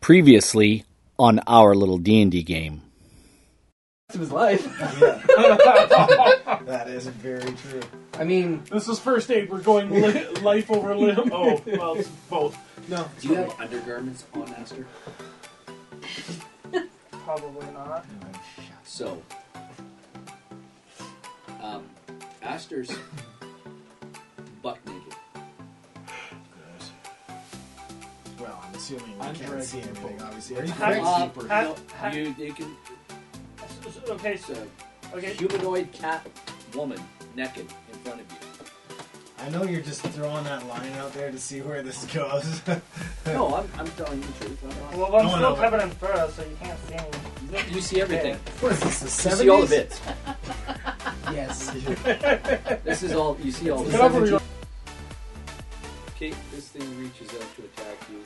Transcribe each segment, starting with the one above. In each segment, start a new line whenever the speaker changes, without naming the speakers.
previously on our little D&D game.
of his life.
That is very true.
Oh,
I mean,
This is first aid. We're going li- life over limb. Oh, well, it's both.
No.
Do you have undergarments on, Aster?
Probably not.
So, um, Aster's buck naked.
Well, I'm assuming you
I'm
can't see anything, obviously. Are you
Hi-
correct?
Uh,
Zipper.
no,
Ha-
you, you can.
S- s- Okay,
It's
so,
a
okay.
humanoid cat woman naked in front of you.
I know you're just throwing that line out there to see where this goes.
No, I'm, I'm telling you the truth. I'm not.
Well, I'm
No,
still
no.
covered in fur, so you can't see me.
You see everything.
what is this, the 70s?
You see all the bits.
Yes.
This is all. You see all
Get
the
over
bits.
your-
Okay, this thing reaches out to attack you.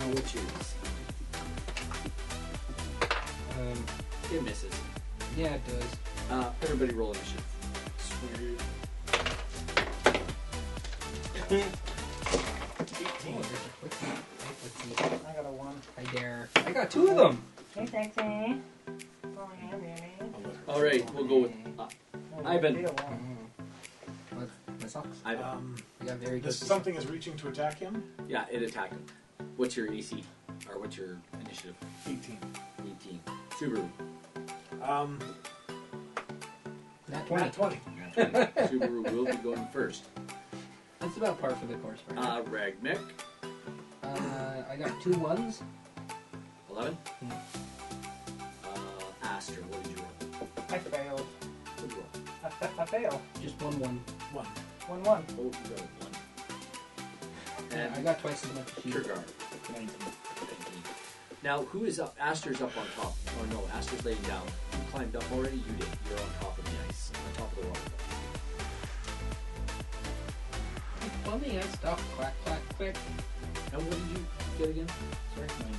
No, which is.
um,
It misses.
yeah, it does.
Uh, everybody roll initiative. Swear.
18.
Let's see.
I got a one.
I dare. I got two of them.
Hey, sexy. Oh, yeah, baby.
All right, we'll go with uh,
Oh,
Ivan.
be a one.
What? That sucks.
Ivan.
Um,
We got very good.
This
Something.
something is reaching to attack him.
Yeah, it attacked him. What's your EC? Or what's your initiative?
18.
18. Subaru.
Um,
Not
nat
20.
20.
Subaru will be going first.
That's about par for the course, right?
Uh, Ragmic.
Uh, I got two ones.
11. Uh, Astra. What did you roll?
I failed.
What did you roll?
I, fa- I failed.
Just one one.
One. One, one.
Oh, you got a one.
I
And
got twice as much as you.
Kirgar.
19.
19. Now, who is up? Astra's up on top. Oh no, Astra's laying down. You climbed up already? You did. You're on top of the ice. On top of the water.
Funny, I stopped. Clack, clack, click.
And what did you get again? Sorry?
19.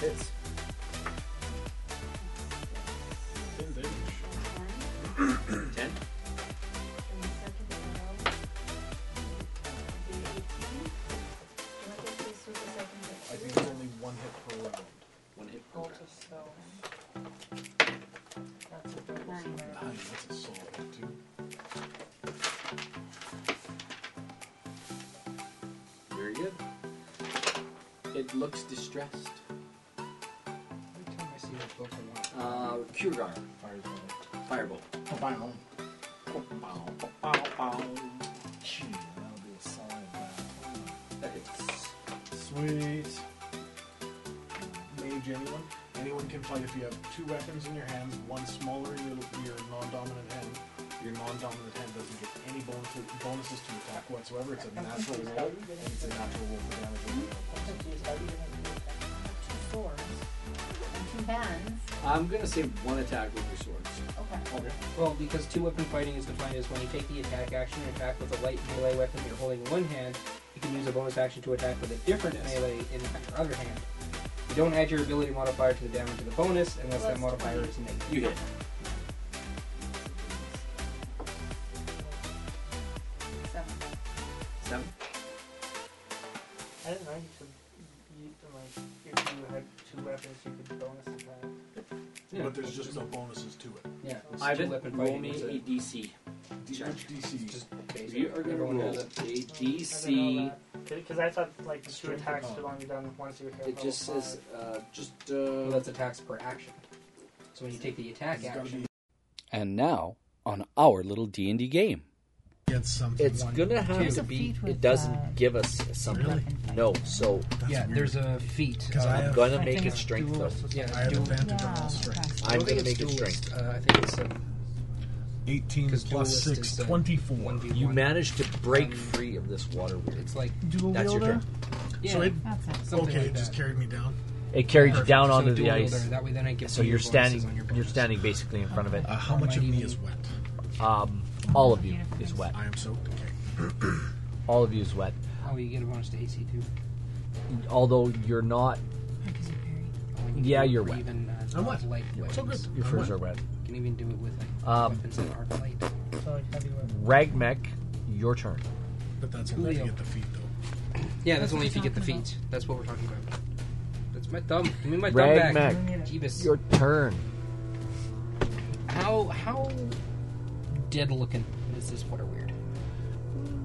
Hits. Ten.
I think there's only one hit per round.
One hit per
Roll
round.
to self. That's a double
Nine.
smash.
Nine, that's a soul, dude.
Very good. It looks distressed.
Every time I see this book, I want it.
Uh, Kurgar.
Fire's only-
Fireball.
Oh, fire only. Bow, bow, bow. Gee, that'll be a solid uh,
That hits.
Sweet. Mage anyone? Anyone can fight if you have two weapons in your hands, one smaller in your, your non-dominant hand. Your non-dominant hand doesn't get any bonus, bonuses to attack whatsoever. It's a natural roll, and it's a natural roll for damage. and no bonuses.
Confused. How do you get into the attack?
I'm gonna say one attack with your swords.
Well, because two weapon fighting is defined as when you take the attack action and attack with a light melee weapon you're holding in one hand, you can use a bonus action to attack with a different
Yes.
melee in your other hand. You don't add your ability modifier to the damage of the bonus unless that modifier is negative.
You hit. Seven.
I didn't know you could. You, like, if you had two weapons, you could bonus attack.
But there's just no bonuses to it.
Yeah, it's two
Ivan,
weapon
roll
fighting.
me
it's a-
a DC. Check.
DC.
Just basic.
You are gonna
Everyone
roll
does
a
it.
DC.
Because I thought like the two
Strength
attacks
or
should only be done once you hit.
It
level
just
five.
says, uh, just,
Well,
uh,
that's attacks per action. So when you take the attack
It's gotta
action,
be
And now on our little D&D game.
against something.
It's
one.
gonna have
There's
to
a
be.
feat
It
with, uh,
doesn't give us something.
Really?
No, so
That's
yeah,
weird.
there's a feat.
'Cause I
uh,
have-
I'm gonna
I
make
think
it
it's
strength though.
yeah,
I have
dual-
advantage on all
Yeah,
strengths.
I
I'm
don't think
gonna make it
it's
strength.
duelist. Uh, I think it's um,
18
'Cause
plus
duelist
6,
is, uh,
24.
1v1.
You managed to break
Um,
free of this water weird.
It's like
Dual
That's your
wielder?
turn.
yeah,
So it,
That's it.
something
okay,
like
it just
that.
carried me down.
It carried you
Perfect.
down
So
onto
dual
the ice.
wielder, That way, then I get
So
you
you're standing.
On your Uh-huh.
You're
bonus.
standing basically in front of it.
Uh, how much of me is wet?
Um, all of you is wet.
I am soaked. Okay.
All of you is wet.
Oh, you get a bonus to AC too. Oh,
Although you're not,
Because you're buried.
Oh, and you
Yeah,
can
you're
do
wet.
Even, uh,
I'm wet.
Light
So good.
weapons.
your
I'm
furs
wet.
are wet.
You can even do it with like,
Um,
weapons that aren't light.
So like heavy weapon.
Ragmek, your turn.
But that's only if you
Julio.
get the feet, though.
Yeah, that's
That's
only
what
if you
we're
get the
talking
feet. That's what we're talking about. That's my thumb. Give me my thumb back.
Rag Mac.
Jeebus.
Your turn.
How how dead looking is this water weird?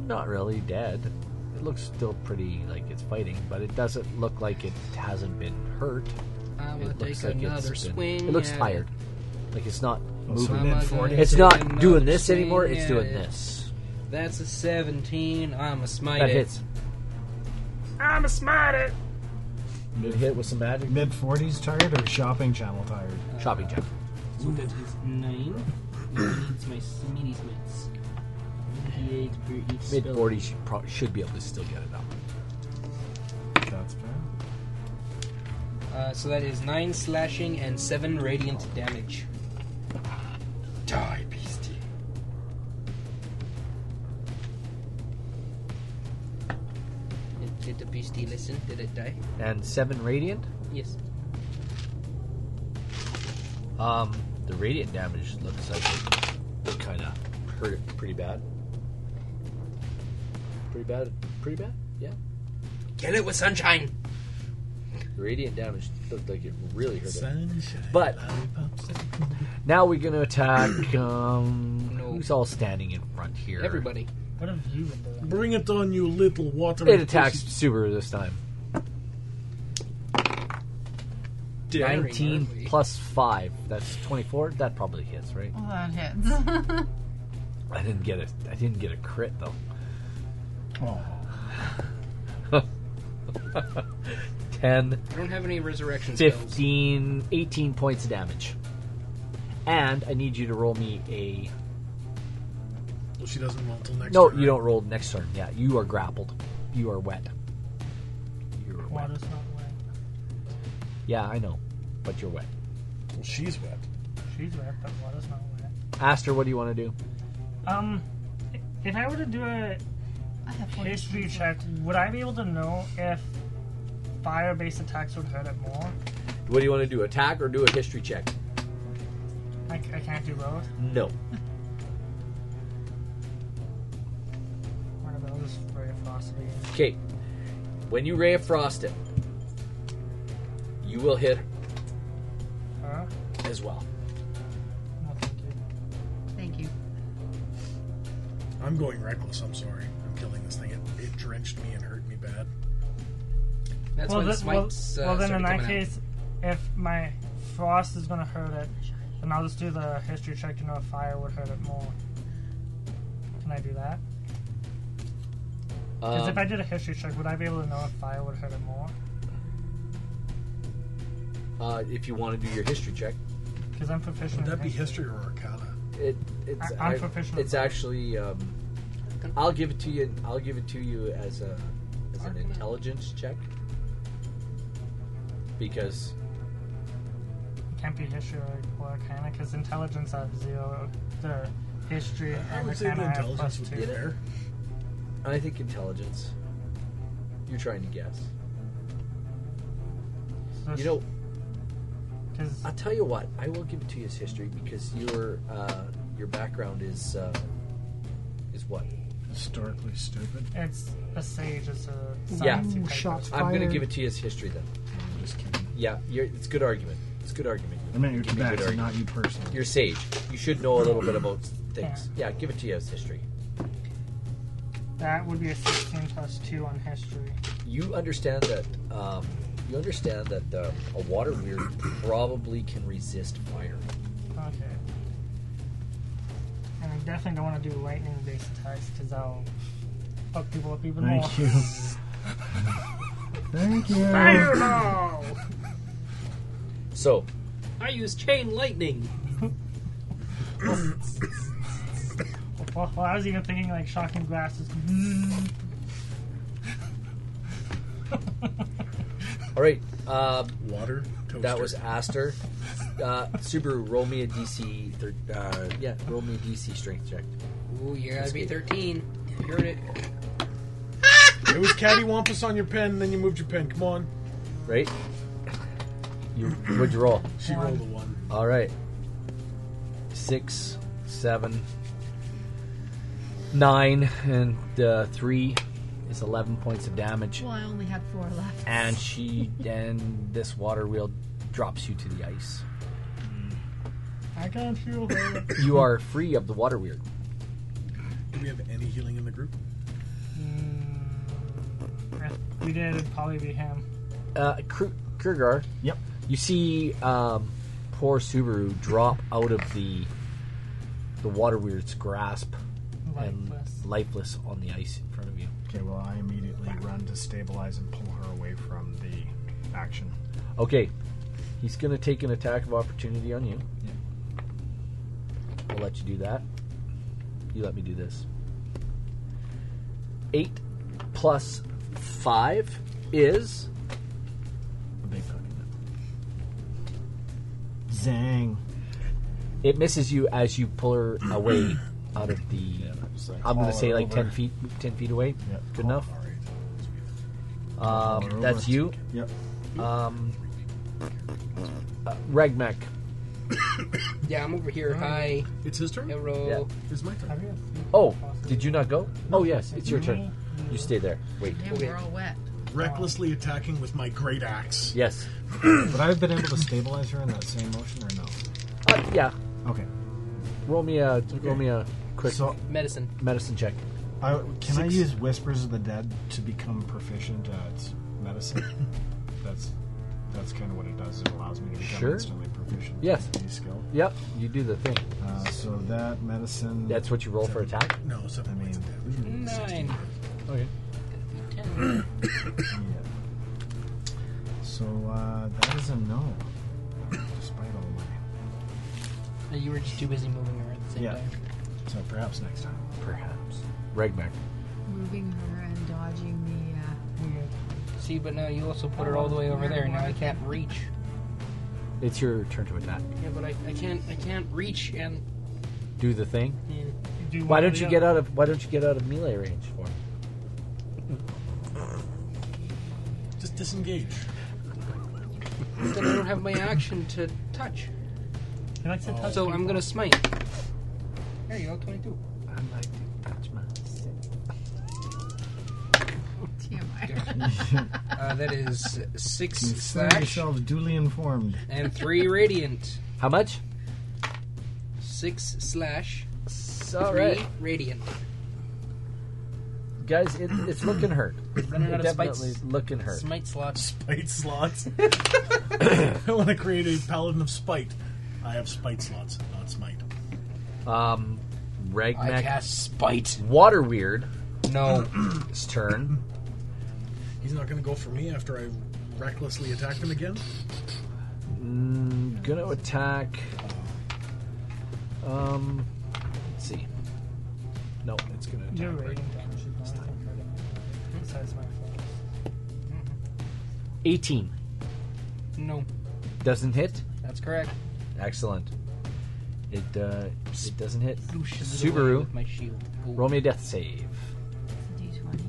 Not really dead. It looks still pretty like it's fighting, but it doesn't look like it hasn't been hurt.
I'm
It
gonna take
looks like it's
another
been-
swing.
It looks
at
tired. Like it's not
so
moving.
I'ma
then forward.
gonna
It's
take
not
another
doing this
swing
anymore. It's
at
doing
it.
this.
That's a 17. I'm a smite.
That
it.
hits.
I'm a smite. It.
Good hit with some magic.
Mid 40s tired or shopping channel tired?
Uh,
Shopping check.
So that is nine. Needs my meaty smites. D8 per each
Mid 40s should, prob- should be able to still get it up.
That's fair.
Uh, so that is nine slashing and seven radiant damage. Die, beastie. Did, did the beastie listen? Did it die?
And seven radiant.
Yes.
Um, the radiant damage looks like it kind of hurt it pretty bad. Pretty bad. Pretty bad. Yeah.
Kill it with sunshine.
The radiant damage looked like it really hurt it.
Sunshine.
But- Now we're gonna attack. Um,
No.
who's all standing in front here?
Everybody.
What have you been doing?
Bring it on, you little water.
It attacks Subaru this time.
Daring,
Nineteen
aren't we?
plus five. That's twenty-four. That probably hits, right?
Well, that hits.
I didn't get a. I didn't get a crit though.
Oh.
Ten.
I don't have any resurrection spells.
15, 18 points of damage. And I need you to roll me a.
Well, she doesn't roll till next.
No,
turn.
you don't roll next turn. Yeah, you are grappled. You are wet. You're wet.
Water's not wet.
Yeah, I know, but you're wet.
Well, she's wet.
She's wet, but water's not wet.
Aster, what do you want to do?
Um, if I were to do a
I have four
history
diseases.
check, would I be able to know if fire-based attacks would hurt it more?
What do you want to do? Attack or do a history check?
I, c- I can't do both.
No.
One of those for your philosophy.
Okay. When you ray of frost it, you will hit
Huh?
as well.
No, thank you.
Thank you.
I'm going reckless. I'm sorry. I'm killing this thing. It, it drenched me and hurt me bad.
That's
well,
when
th- well,
smites. uh,
well, then
started
in that
coming out.
case, if my frost is going to hurt it, then I'll just do the history check to know if fire would hurt it more. Can I do that? Because
Um,
if I did a history check, would I be able to know if fire would hurt it more?
uh, if you want to do your history check,
Because I'm proficient.
Would that be
in
history or arcana?
It, it's
I- I'm proficient.
It's actually. Um, I'll give it to you. I'll give it to you as a as an intelligence check because
It can't be history or arcana because intelligence I have zero. The history and arcana I have plus
would be
two.
fair.
I think intelligence. You're trying to guess.
So
You know,
because
I'll tell you what. I will give it to you as history because your uh, your background is uh, is what.
Historically stupid.
it's a sage. It's a
Yeah.
science
Ooh, shots
I'm going to
fired.
give it to you as history then.
I'm just kidding.
Yeah, you're, it's good argument. It's good argument.
I meant your
Give me a good
tobacco,
argument.
not you personally.
You're sage. You should know a little bit about things. Yeah, give it to you as history.
That would be a sixteen plus two on history.
You understand that. Um, you understand that uh, a water weird probably can resist fire.
Okay. And I definitely don't want to do lightning-based attacks because I'll fuck people up even more.
Thank you. Thank you.
no!
So
I use chain lightning.
Well, well, I was even thinking like shocking glasses.
all right, um,
Water. Toaster.
that was Aster. Uh, Subaru, roll me a DC. Thir- uh, yeah, roll me a DC strength check.
Ooh, you gotta be
Escape.
13. You heard it.
It was cattywampus on your pen. Then you moved your pen. Come on.
Right? You would you roll?
She rolled a one.
All right. Six, seven, Nine and uh, three is eleven points of damage,
Well, I only had four left.
and she and this water wheel drops you to the ice.
I can't feel her.
You are free of the water wheel.
Do we have any healing in the group?
Mm, if we did, it'd probably be him.
Uh, Kr- Kurgar,
Yep.
you see um, poor Subaru drop out of the the water weird's grasp and
Lifeless.
lifeless on the ice in front of you.
Okay, well, I immediately run to stabilize and pull her away from the action.
Okay, he's gonna take an attack of opportunity on you. I'll let you do that. You let me do this. Eight plus five is
A big fucking Zang.
it misses you as you pull her away out of the. I'm gonna say like ten feet, ten feet away.
Yeah.
Good enough.
All right.
Um,
Over.
that's you.
Yep.
Um, uh, Regmek.
Yeah, I'm over here. Hi.
It's his turn?
Hello.
Yeah.
It's my turn.
Have you?
Oh, did you not go? Oh yes, it's your turn. You stay there. Wait.
Damn,
Okay.
we're all wet.
Recklessly attacking with my great axe.
Yes.
Would I have been able to stabilize her in that same motion or no?
Uh, yeah.
Okay.
Roll me a roll me a quick
So,
Medicine.
medicine check.
I, can I
Six.
use Whispers of the Dead to become proficient at medicine? that's that's kind of what it does. It allows me to become
Sure.
instantly proficient. at
Yes.
any skill.
Yep, you do the thing.
Uh, so that medicine.
That's what you roll for attack.
No,
I
seven
mean,
points of damage.
Nine.
Okay.
yeah. So uh, that is a no, despite all my.
You were just too busy moving her at the same
Yeah.
time.
So perhaps next time.
Perhaps. Regmac.
Moving her and dodging
Weird.
See, but now you also put her all the way over there. Now I can't reach.
It's your turn to attack.
Yeah, but I, I can't I can't reach and.
Do the thing.
Yeah.
Do one
Why
or
don't
the
you
other.
get out of why don't you get out of melee range for him?
Just disengage.
But Then I don't have my action to touch.
He likes to touch
So
people.
I'm gonna smite. There you go, 22.
I'm like to touch my
the uh, TMI.
Uh, that is six
Consider
slash
yourselves duly informed.
and three radiant.
How much?
Six slash
All
three
right,
radiant.
guys, it, it's looking hurt.
Running out of spite,
Definitely looking hurt.
smite slots.
Spite slots. I want to create a paladin of spite. I have spite slots, not smite.
Um, Regmac.
cast spite.
Water Weird's
No.
turn.
He's not going to go for me after I recklessly attacked him again.
Mm, gonna attack. Um, let's see. No, it's gonna attack.
You're radiant damage. is the only thing hurting. Besides my flaws.
18
no.
doesn't hit.
That's correct.
Excellent. It uh, it doesn't hit.
Lucius
Subaru.
With my shield. Oh.
Roll me a death save
D20.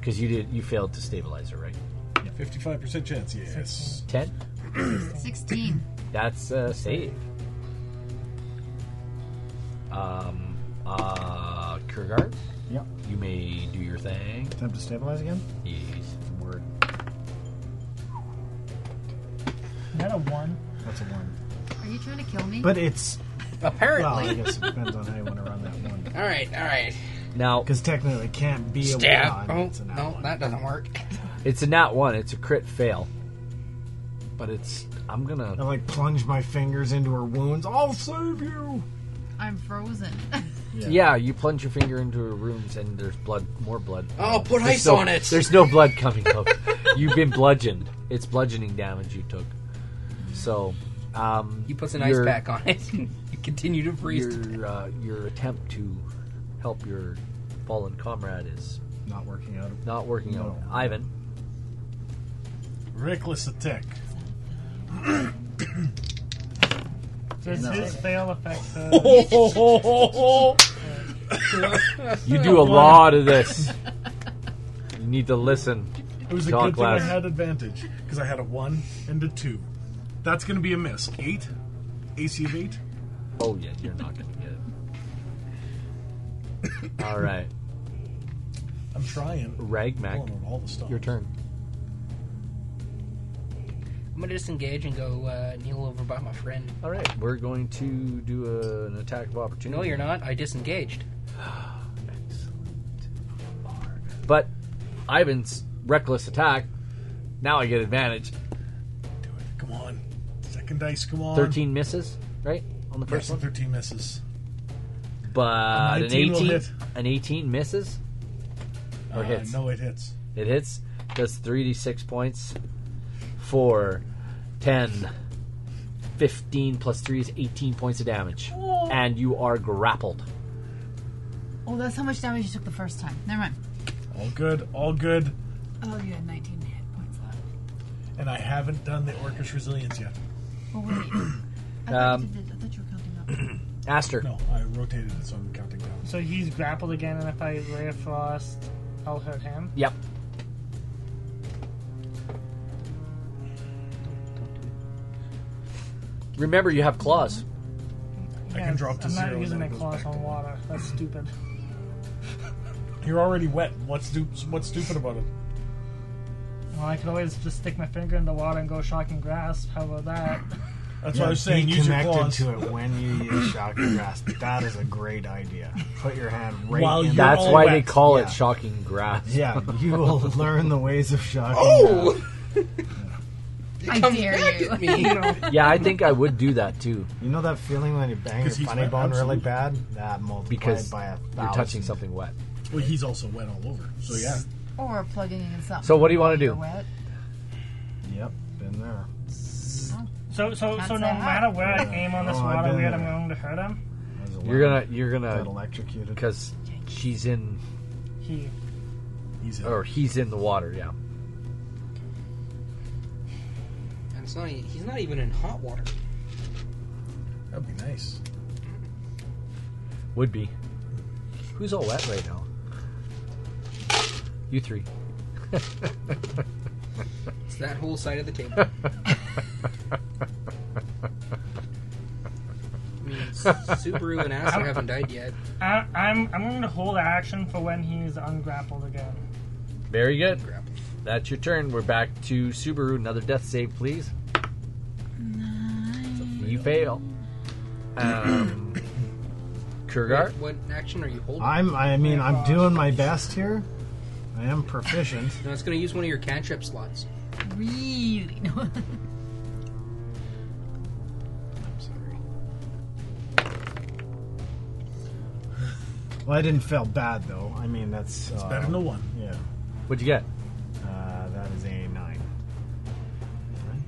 because you did you failed to stabilize her, right?
55% chance, yes.
Ten.
16.
That's a save. Um, uh, Kurgar,
Yep.
you may do your thing.
Attempt to stabilize again.
Yes.
Word.
Is that a one?
That's a one.
Are you trying to kill me?
But it's well. I
Apparently.
guess it depends on how you want to run that one.
all right. All right.
Now
Because technically, it can't be
Stab.
a one.
Oh
It's a nat
no,
one.
that doesn't work.
it's a nat one. It's a crit fail. But it's I'm gonna
I like plunge my fingers into her wounds. I'll save you.
I'm frozen.
Yeah, you plunge your finger into her wounds and there's blood, more blood.
Oh, put
There's
ice
no-
on it.
There's no blood coming up. You've been bludgeoned. It's bludgeoning damage you took. So, um,
He puts an
your-
ice pack on it. Continue to freeze.
Your uh, your attempt to help your fallen comrade is
Not working out.
not working
No.
out. Ivan,
Reckless attack.
Does his fail affect the?
you do a lot of this. You need to listen.
It was a
Shot
good
glass.
thing I had advantage because I had a one and a two. That's going to be a miss. Eight, AC of eight.
Oh yeah, you're not gonna get it. All right,
I'm trying.
Ragmac,
Oh.
Pulling on all the stops.
your turn.
I'm gonna disengage and go uh, kneel over by my friend.
All right, we're going to do a, an attack of opportunity.
No, you're not. I disengaged.
Excellent. But Ivan's reckless attack. Now I get advantage.
Do it. Come on. Second dice. Come on.
Thirteen misses, right on the first
First
one.
one. Thirteen misses.
But an
19 will
eighteen,
hit.
an eighteen misses or
Uh,
hits.
No, it hits.
It hits. Does 3d6 points. 4, 10, 15 plus 3 is 18 points of damage. And you are grappled.
Oh, that's how much damage you took the first time. Never mind.
All good. All good.
Oh, you had 19 hit points left.
And I haven't done the Orcish resilience yet.
Oh, wait. I, thought you did, I thought you were counting up.
Aster.
No, I rotated it, so I'm counting down.
So he's grappled again, and if I lay a frost, I'll hurt him.
Yep. Remember, you have claws.
I can
Yes,
drop to
I'm
zero
not
and
using
then
my
it goes
claws
back to
on
one.
water. That's stupid.
You're already wet. What's stu- What's stupid about it?
Well, I could always just stick my finger in the water and go shocking grasp. How about that?
That's what I was saying.
Be
Use your
connected
claws.
to it when you use shocking grasp. That is a great idea. Put your hand right
While
in
Oh, you're
that.
That's
all
why
wet.
they call
Yeah.
it shocking grasp.
Yeah, you will learn the ways of shocking
Oh!
grasp.
I dare you.
you know,
Yeah, I think I would do that too
You know that feeling when you bang your
Because he's
funny
my
bone really
absolute-
bad? That multiplied
because
by a thousand.
you're touching something wet.
Well, he's also wet all over. So yeah.
Or plugging in something.
So what do you wanna
You're
do?
Wet.
Yep, been there.
so so
Can't
so no
say
matter where I
Yeah.
aim on this
Oh, I've
water
been
weird, I'm
there.
going to hurt him.
There's a
You're
lot
gonna, uh, you're
that
gonna,
electrocuted.
because she's in,
He
He's in.
or he's in the water. Yeah.
And it's not. e- He's not even in hot water.
That'd be nice.
Would be. Who's all wet right now? You three.
It's that whole side of the table. I mean, S- Subaru and Aster haven't died yet.
I, I'm I'm going to hold action for when he's ungrappled again.
Very good. That's your turn. We're back to Subaru. Another death save, please. You fail. Um, Kurgar.
What action are you holding?
I'm, I mean, I'm doing my best here. I am proficient.
No, it's going to use one of your cantrip slots.
Really? No.
I'm sorry. Well, I didn't feel bad though. I mean, that's uh,
Better than a one.
yeah.
What'd you get?
Uh, that is a nine. Nine?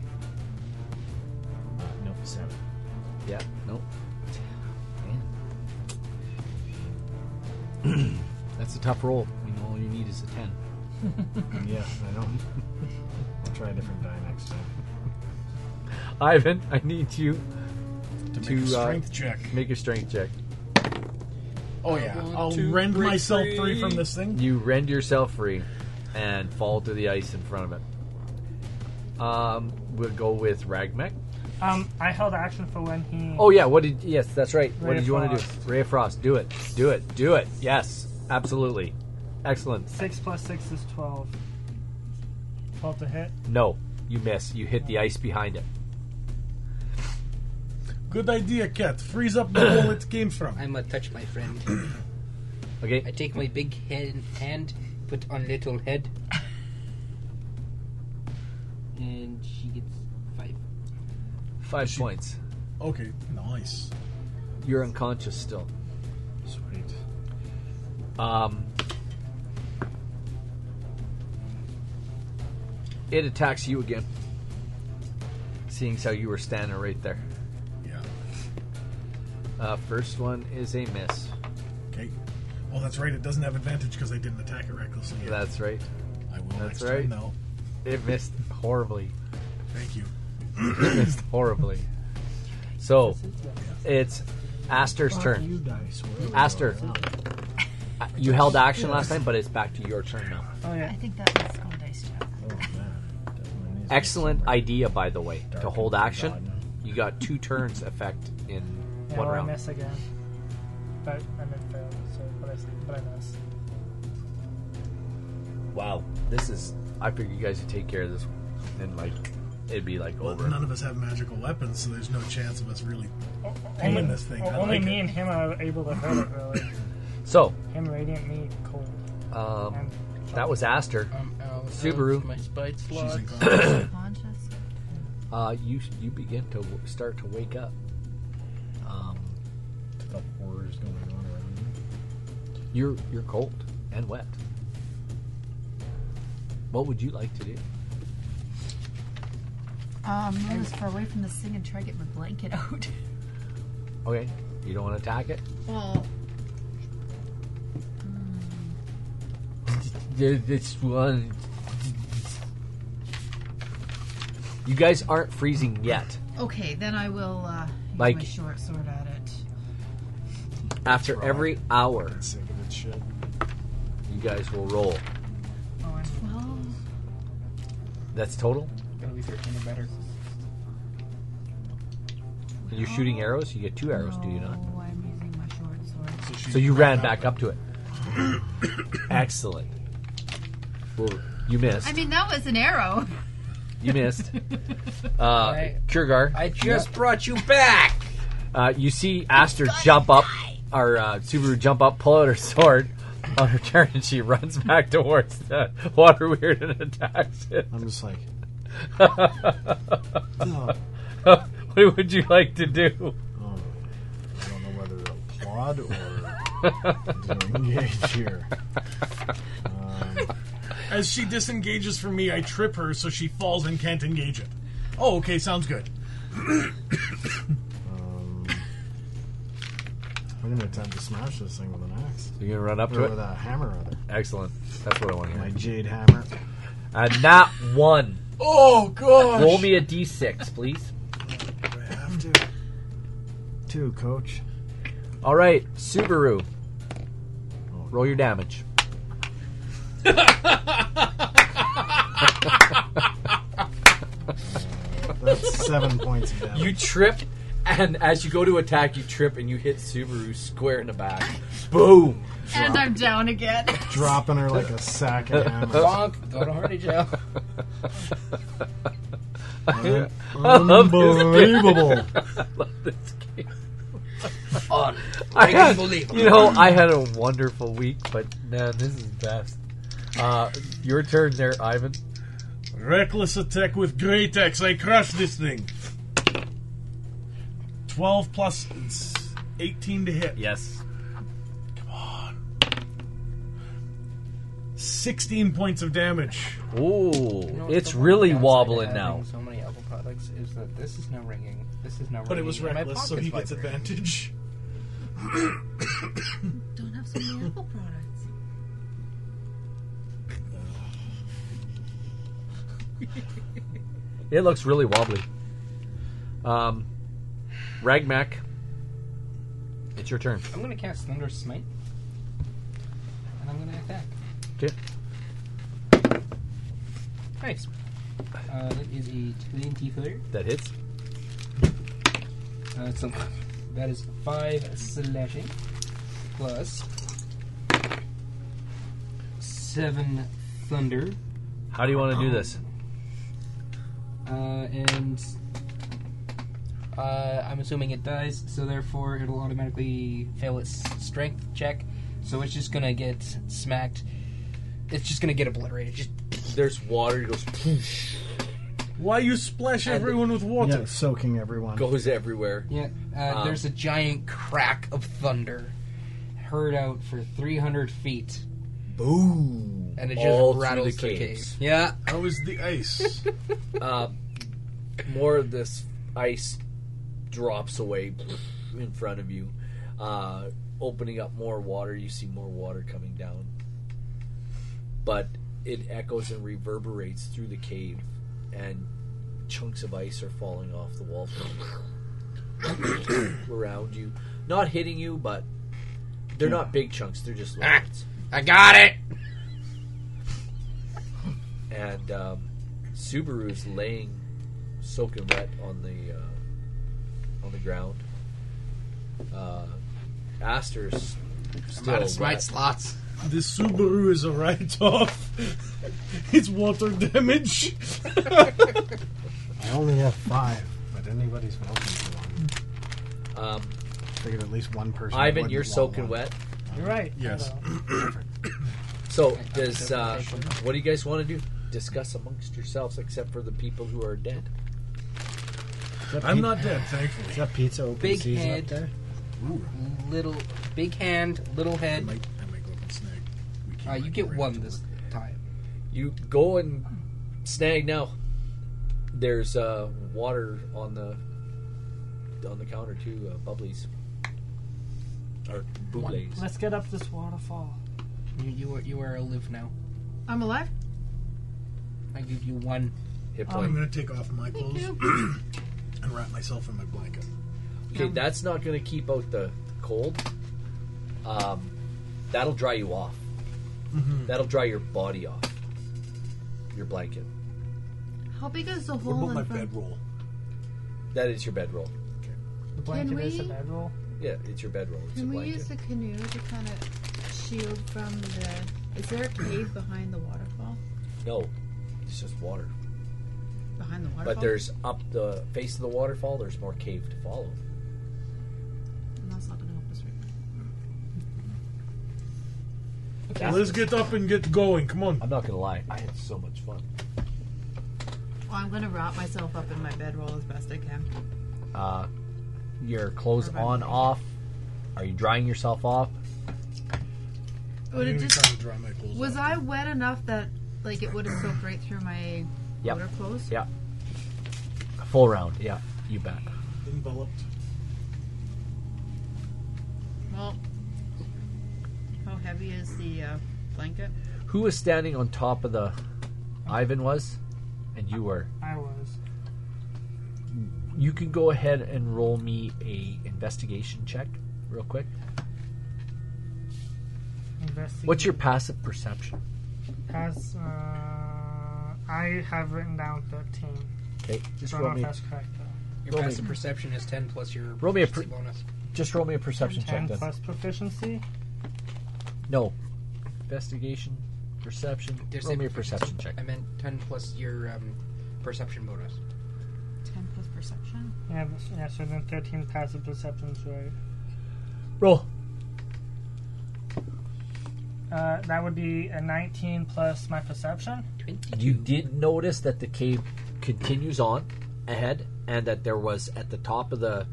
Uh, nope, seven.
Yeah. Nope. Man. That's a tough roll. I mean, all you need is a ten.
Yeah, I know. I'll try a different die next time.
Ivan, I need you
To,
To,
make a
uh,
strength check.
to make a strength check.
Oh yeah.
One,
I'll
two,
rend
three,
myself free.
three.
from this thing.
You rend yourself free and fall to the ice in front of it. Um, we'll go with Ragmec.
Um, I held action for when he.
Oh yeah, what did? Yes, that's right. what
Ray
did
of
you want to
Frost.
do? Ray of Frost. Do it. Do it. Do it. Yes, absolutely. Excellent.
Six plus six is twelve. Twelve to hit.
No, you miss. You hit the ice behind it.
Good idea, cat. Freeze up the hole it came from.
I'm a touch my friend. I
Okay.
take my big hand, hand put on little head, and she gets five.
Five points.
Okay. Nice.
You're unconscious still.
Sweet.
Um, it attacks you again. Seeing as how you were standing right there.
Yeah.
Uh, first one is a miss.
Okay. Oh, that's right. It doesn't have advantage because I didn't attack it recklessly. Yet.
That's right.
I will
that's
next
right.
time though.
It missed horribly.
Thank you.
It missed horribly. So it's Aster's turn.
You dice.
Aster, uh, you held action last time, but it's back to your turn now.
Oh
I
yeah.
think that was on dice job.
Excellent idea, by the way, to hold action. You got two turns effect in
Yeah,
one
or I
round.
miss again. but I didn't fail. So, but I, but I missed.
Wow, this is. I figure you guys would take care of this one, and like it'd be like
Well,
over.
none of us have magical weapons, so there's no chance of us really.
O-
Pain
only-
in this thing,
o-
I
only
like
me
it.
and him are able to hurt it. Really,
So,
him radiant, me cold.
um,
And
that was Aster.
Um,
I'm out.
Subaru.
Of my spite
She's
slot.
unconscious.
Conscious.
Uh, you you begin to w- start to wake up. Um,
The horrors going on around you.
you're you're cold and wet. What would you like to do?
Um, move as far away from this thing and try to get my blanket out.
Okay, you don't want to attack it.
Well,
This one. You guys aren't freezing yet.
okay, then I will uh, use
Like-
my short sword at it.
After every hour,
Sick of its shit.
you guys will roll.
oh, and
Well,
That's total.
Gonna be 13 or better.
And you're shooting arrows. You get two arrows, do you not?
No, I'm using my short sword.
she
So you ran back up to it. Excellent. Well, you missed.
I mean, that was an arrow.
You missed. Uh, Kurgar,
I just brought you back!
uh, you see Aster jump up, or uh, Subaru jump up, pull out her sword. On her turn, and she runs back towards the water weird and attacks it.
I'm just like,
what would you like to do?
oh, I don't know whether to applaud or to engage here. Um,
As she disengages from me, I trip her so she falls and can't engage it. Oh, okay, sounds good.
Um, I'm gonna attempt to smash this thing with an axe
You're gonna run up
or
to
with
it.
a hammer, rather.
Excellent. That's what I want to
My
hear.
jade hammer.
And not one.
Oh gosh!
Roll me a d6, please.
I have to.
Two, coach.
All right, Subaru. Roll your damage.
That's seven points of damage.
You trip, and as you go to attack, you trip and you hit Subaru square in the back. Boom!
And I'm down again.
dropping her like a sack of hammers.
Bonk! Go to Hardy Jail.
love this
Unbelievable.
This game.
On.
I had,
Unbelievable.
you know, I had a wonderful week, but man, this is best. Uh, your turn there, Ivan.
Reckless attack with great axe. I crush this thing. Twelve plus eighteen to hit.
Yes.
Sixteen points of damage.
Ooh,
You know,
it's
the one
really
downside to
wobbling now.
having So many Apple products is that this is now ringing. This is now ringing.
But it was
and my
reckless, so
pockets
he gets
vibrate.
advantage.
Don't have so many apple products.
It looks really wobbly. Um, Ragmac, it's your turn.
I'm gonna cast Thunder Smite, and I'm gonna attack.
Okay.
Nice. Uh, that is a twenty failure.
That hits.
Uh, so that is five slashing plus seven thunder,
How do you want to do this?
uh, and uh, I'm assuming it dies. So therefore, it'll automatically fail its strength check. So it's just gonna get smacked. It's just gonna get obliterated. Just
There's water. It goes poosh,
Why you splash everyone with water?
yeah, soaking everyone.
goes everywhere.
Yeah, uh,
Um,
there's a giant crack of thunder heard out for 300 feet,
Boom!
and it just
All through
rattles
the
the,
caves.
cave. Yeah,
How is the ice?
Uh, more of this ice drops away in front of you, uh, opening up more water. You see more water coming down, but it echoes and reverberates through the cave, and chunks of ice are falling off the wall around you. Not hitting you, but they're not big chunks. They're just little ones.
I got it.
and um, Subaru's laying soaking wet on the uh, on the ground. Uh, Aster's still
out of smite
slots.
The Subaru is a write-off. it's water damage.
I only have five, but anybody's welcome to one.
Um,
Figured at least one person.
Ivan,
would
you're
want
soaking
one.
wet.
You're right.
Yes.
So does uh, what do you guys want to do? Discuss amongst yourselves, except for the people who are dead.
I'm not dead, thankfully.
Is that pizza open
Big
season
head.
up there?
Little big hand, little
I
head.
might, I might go up and snag. We keep
Uh, you
my
get
correct
one
to
this
work.
time.
You go and snag now. There's uh, water on the on the counter too, uh, bubblies or bubblies.
Let's get up this waterfall.
You, you are you are alive now.
I'm alive.
I give you one.
Hit
Um,
point.
I'm gonna take off my clothes and wrap myself in my blanket.
Okay, that's not going to keep out the cold. Um, that'll dry you off.
Mm-hmm.
That'll dry your body off. Your blanket.
How big is the
What
hole
about my
in front?
bedroll?
That is your bedroll.
The blanket is a
we-
bedroll.
Yeah, it's your bedroll. It's a
Can we
blanket.
use the canoe to kind of shield from the? Is there a cave behind the waterfall?
No, it's just water.
Behind the waterfall.
But there's up the face of the waterfall. There's more cave to follow.
And that's not gonna help us right now.
That's-
Let's get up and get going. Come on.
I'm not gonna lie. I had so much fun.
Well, I'm gonna wrap myself up in my bedroll as best I can.
Uh, your clothes
Urban.
on, off. Are you drying yourself off?
Would
I'm
it
gonna
just
try to dry my clothes
was
off.
I wet enough that like it would have soaked right through my
Yep.
outer clothes?
Yeah. Full round. Yeah, you bet.
enveloped?
Well, how heavy is the uh, blanket?
Who was standing on top of the? Ivan was, and you were.
I was.
You can go ahead and roll me a investigation check, real quick.
Investigate.
What's your passive perception?
Has, uh, I have written down 13.
Okay, just
I don't
roll
know if
me.
that's correct, though.
Your
Roll me.
passive perception is ten plus your
Roll me a
proficiency
per-
bonus.
Just roll me a perception
10
check. Then.
plus proficiency.
No, investigation, perception.
There's
roll
a-
me a perception check.
I meant ten plus your um, perception bonus.
Ten plus perception.
Yeah, but- yeah, so then 13 passive perception's right.
Roll.
Uh, that would be a 19 plus my perception.
You did notice that the cave continues on ahead, and that there was at the top of the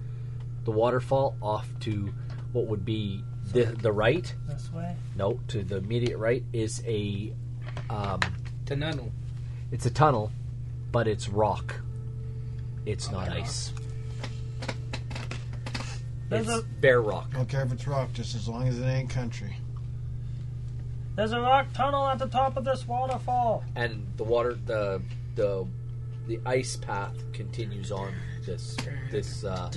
the waterfall, off to what would be the the right.
This way.
No, to the immediate right is a um,
To none.
it's a tunnel, but it's rock. It's not
Okay.
ice.
There's
it's
a-
bare rock.
Don't care if it's rock, just as long as it ain't country.
There's a rock tunnel at the top of this waterfall.
and the water the the the ice path continues on this this uh,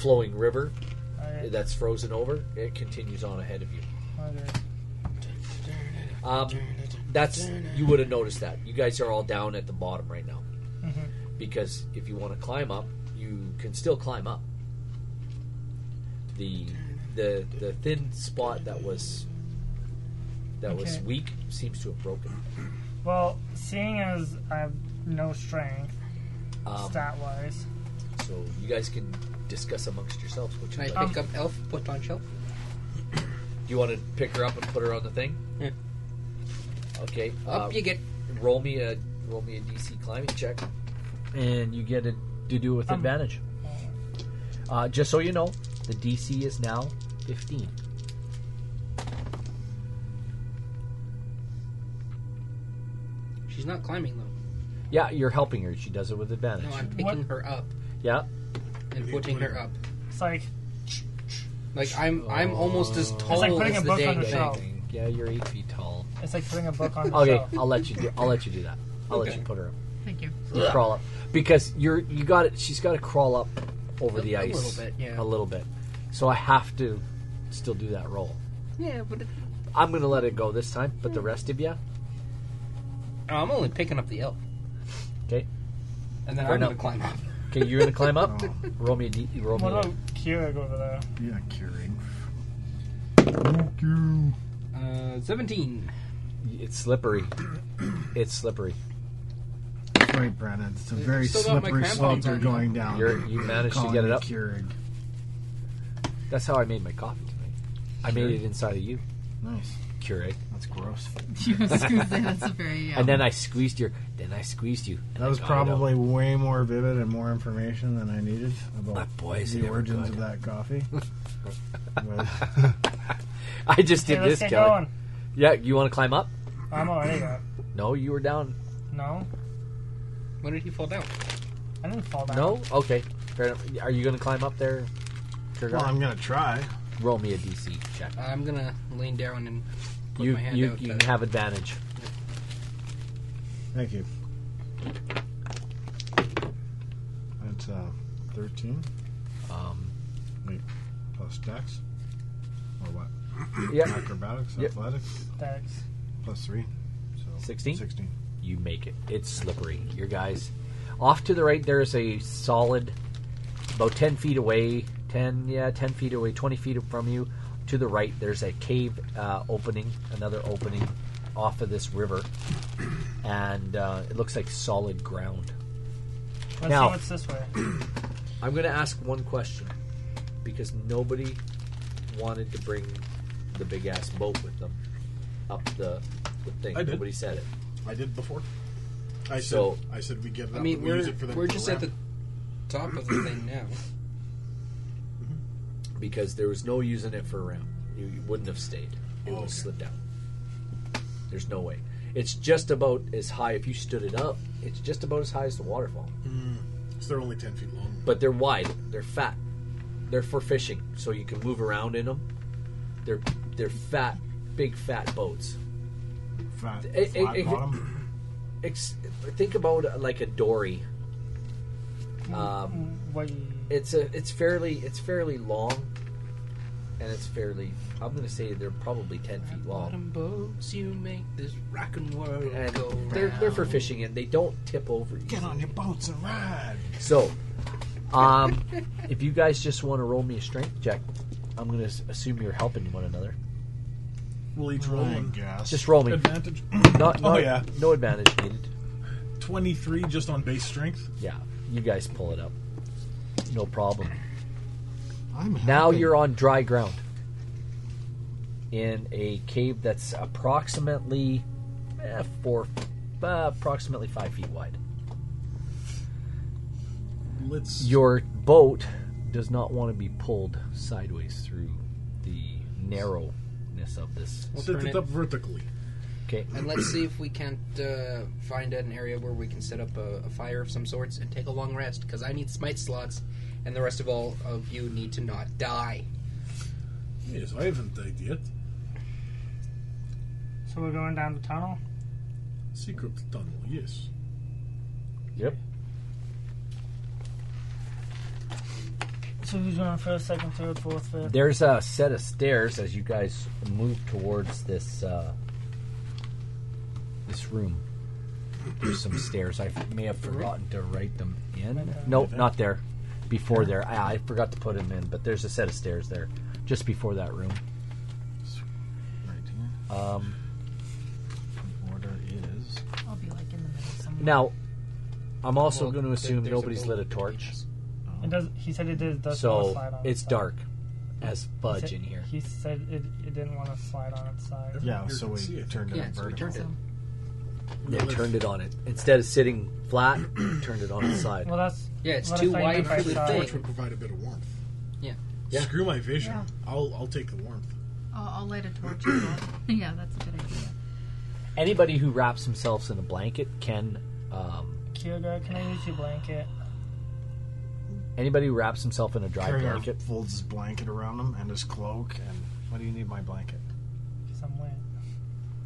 flowing river
Alright,
that's frozen over it continues on ahead of you
alright.
um, that's you would have noticed that you guys are all down at the bottom right now because if you want to climb up you can still climb up the the the thin spot that was that was
Okay.
weak seems to have broken
Well, seeing as I have no strength,
um,
stat wise,
so you guys can discuss amongst yourselves what you
Can I
like.
pick up elf? Put on shelf.
Do you want to pick her up and put her on the thing?
Yeah.
Okay. uh,
Up you get.
Roll me a roll me a DC climbing check, and you get it to do with
Um,
advantage. Uh, just so you know, the DC is now fifteen.
She's not climbing though.
Yeah, you're helping her. She does it with advantage.
No, I'm picking
What?
her up
yeah.
and putting her up.
it's like
Like I'm I'm almost as tall
like putting
as
a
the
book on
dang
the
thing.
shelf.
Yeah, you're eight feet tall.
it's like putting a book on the
Okay,
shelf.
I'll let you do. I'll let you do that. I'll let
Okay.
you put her up.
Thank you.
You crawl up because you're you got it. She's got to crawl up over
A-
the
a
ice
little bit, yeah.
a little bit. So I have to still do that roll.
Yeah, but it,
I'm gonna let it go this time, but
Hmm.
the rest of you,
I'm only picking up the elf.
okay,
And then
Fair
I'm gonna
enough.
climb up.
okay, you're gonna climb up. roll me a D. Roll me.
What
A,
about Keurig over there?
Yeah, curing.
Thank you.
Uh, 17.
It's slippery. It's slippery.
Right, Brennan. It's a
I've
very
still got my
slippery
crampons
slope you're
on.
going down.
You're, you managed to
Calling
get it
me
up.
Keurig.
That's how I made my coffee tonight. I made it inside of you,
Nice.
Keurig,
That's gross.
I was gonna say that's a very uh, yeah.
and then I squeezed your. Then I squeezed you. and
That
I
was
got it up.
probably way more vivid and more information than I needed
My
about
boy is
the
never
origins
good.
of that coffee. But
I just
Okay,
did
let's
this,
get
Kelly.
going. Oh,
Yeah, you want to climb up?
I'm already up.
No, you were down.
No,
When did he fall down?
I didn't fall down.
No, okay. Fair enough. Are you going to climb up there? Trigger?
well, I'm gonna try.
Roll me a DC check.
I'm gonna lean down and put
You
my hand
you,
out. uh,
you
to-
can have advantage.
Thank you. That's uh, 13
Um,
plus dex. Or what?
yeah,
Acrobatics,
Yep.
athletics,
Thanks.
plus 3. So
16?
16.
you make it. It's slippery. Your guys. Off to the right, there is a solid, about 10 feet away, 10, yeah, 10 feet away, 20 feet from you. To the right, there's a cave uh, opening, another opening off of this river. And uh, it looks like solid ground.
Let's
Now-
see what's this way.
I'm going to ask one question because nobody wanted to bring the big ass boat with them up the, the thing.
I did.
Nobody said it.
I did before. I
So-
said I said we get it
I
up
mean,
and we
we're,
use it for the
we're
for
just
the
at the
ramp.
top of the thing now.
because there was no using it for a ramp. You, you wouldn't have stayed. It would
Okay.
have slipped down. There's no way. It's just about as high. If you stood it up, it's just about as high as the waterfall.
So they're only ten feet long.
But they're wide. They're fat. They're for fishing, so you can move around in them. They're they're fat, big fat boats.
Fat,
Eh, eh,
flat
eh,
bottom.
Ex- think about uh, like a dory. Um,
What?
it's a it's fairly it's fairly long, and it's fairly. I'm going to say they're probably ten feet long.
Bottom boats, you make this rockin' world
and
go
they're,
round.
they're for fishing and they don't tip over easily.
Get on your boats and ride.
so um, if you guys just want to roll me a strength check i'm going to assume you're helping one another
We'll each roll
I
one.
guess.
just roll me
Advantage
not,
Oh,
no-
yeah.
no advantage needed
23 just on base strength.
yeah you guys pull it up no problem
I'm
now
helping.
you're on dry ground in a cave that's approximately eh, four uh, approximately five feet wide
Let's.
Your boat does not want to be pulled sideways through the narrowness of this.
We'll
Set
turn
it
it.
up vertically.
Okay.
And let's see if we can't uh, find an area where we can set up a, a fire of some sorts and take a long rest. Because I need smite slots, and the rest of all of you need to not die.
Yes, I haven't died yet.
So we're going down the tunnel.
Secret tunnel, yes.
Yep.
So who's going first, second, third, fourth, fifth?
There's a set of stairs as you guys move towards this uh, this room. There's some stairs. I may have forgotten to write them in. No, not there. Before there, Ah, I, I forgot to put them in. But there's a set of stairs there, just before that room.
Right here.
Um,
The order is.
I'll be like in the middle somewhere.
now, I'm also
Well,
going to
there-
assume
there's a
nobody's lit a
boat that
torch.
leads.
It does. He said it did. Does want to
so
slide on
it's
side.
dark as
He
fudge
said-
in here.
He said it, it didn't want to slide on its side.
Yeah,
Here,
so
you can see
we
it.
turned it
Yeah, so we
vertical.
turned it.
They turned it on it instead of sitting flat. turned it on its side.
Well, that's
Yeah, it's
what
too
if I
wide
did
for
by
the
side?
thing.
Which would provide a bit of warmth.
Yeah.
Screw my vision.
Yeah.
I'll, I'll take the warmth.
I'll, I'll light a torch. as well. yeah, that's a good idea.
Anybody who wraps themselves in a blanket can. Um,
Kyogre, can I use your blanket?
anybody who wraps himself in a dry
Carrier
blanket.
folds his blanket around him and his cloak. And why do you need my blanket?
Because I'm wet.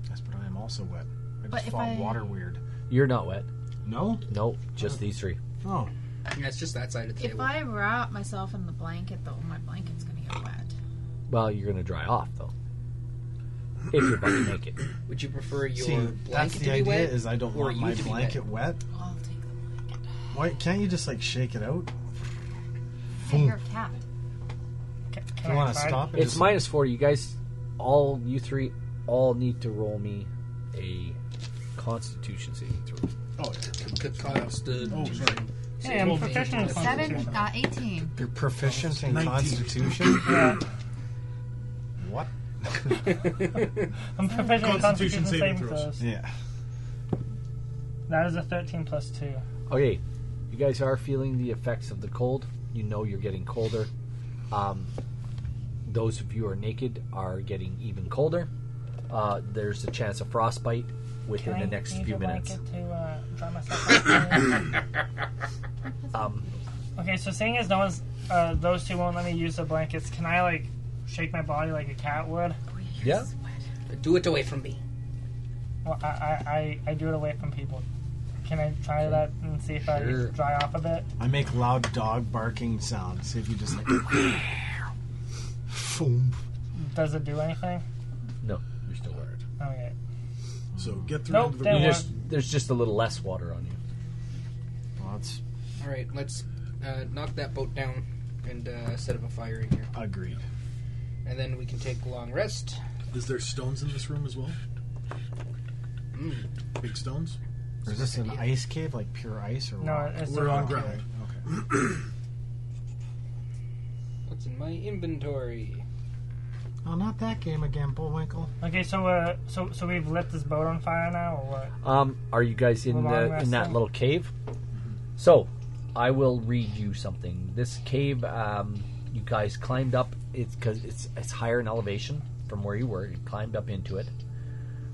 Yes, but I am also wet. I
But
just
if
fall
I-
in water weird.
You're not wet.
No?
Nope. Just these three.
Oh.
Yeah, it's just that side of the
If
table.
I wrap myself in the blanket, though, my blanket's gonna get wet.
Well, you're gonna dry off though. If you're butt naked.
Would you prefer your
See,
blanket
that's
to
the
be
idea
wet?
is I don't
or
want
you
my
to be
blanket
wet?
wet.
I'll take the blanket.
Why can't you just like shake it out?
Hey, you're a cat.
Can,
Do
can
you
I
want to
slide?
stop? and
It's
just-
minus forty. You guys all you three all need to roll me a Constitution saving throw.
Oh, yeah. Constant. Oh, sorry.
Hey, I'm
Well,
proficient in
Seven,
Constitution.
uh, 18.
You're proficient in
19.
Constitution?
Yeah,
what?
I'm proficient in Constitution
Constitution saving
saving
throws.
throws.
Yeah.
That is a 13 plus 2.
Okay, you guys are feeling the effects of the cold. You know you're getting colder. Um, those of you who are naked are getting even colder. Uh, there's a chance of frostbite within
Can
the
I
next
use
few
a
minutes.
blanket To, uh, dry myself out?
Um,
okay, so seeing as no one's, uh, those two won't let me use the blankets, can I like shake my body like a cat would?
yeah,
Do it away from me.
Well, I, I, I, I do it away from people. Can I try that and see if
Sure.
I dry off a bit?
I make loud dog barking sounds. See if you just like. Foom.
Does it do anything?
no, you're still wearing
Okay.
So get through
Nope,
into the
that
it.
Yeah.
You just, there's just a little less water on you.
Well, that's
All right, let's uh, knock that boat down and uh, set up a fire in here,
agreed.
and then we can take a long rest.
Is there stones in this room as well? Mm. Big stones?
Or is this an ice cave, like pure ice, or
No,
rock?
it's
We're on
okay.
ground.
Okay.
What's in my inventory?
Oh, not that game again, Bullwinkle.
Okay, so uh, so so we've lit this boat on fire now, or what?
Um, are you guys in
Hold on,
the, in that
Russell.
little cave? So, I will read you something. This cave, um, you guys climbed up. It's because it's it's higher in elevation from where you were. You climbed up into it,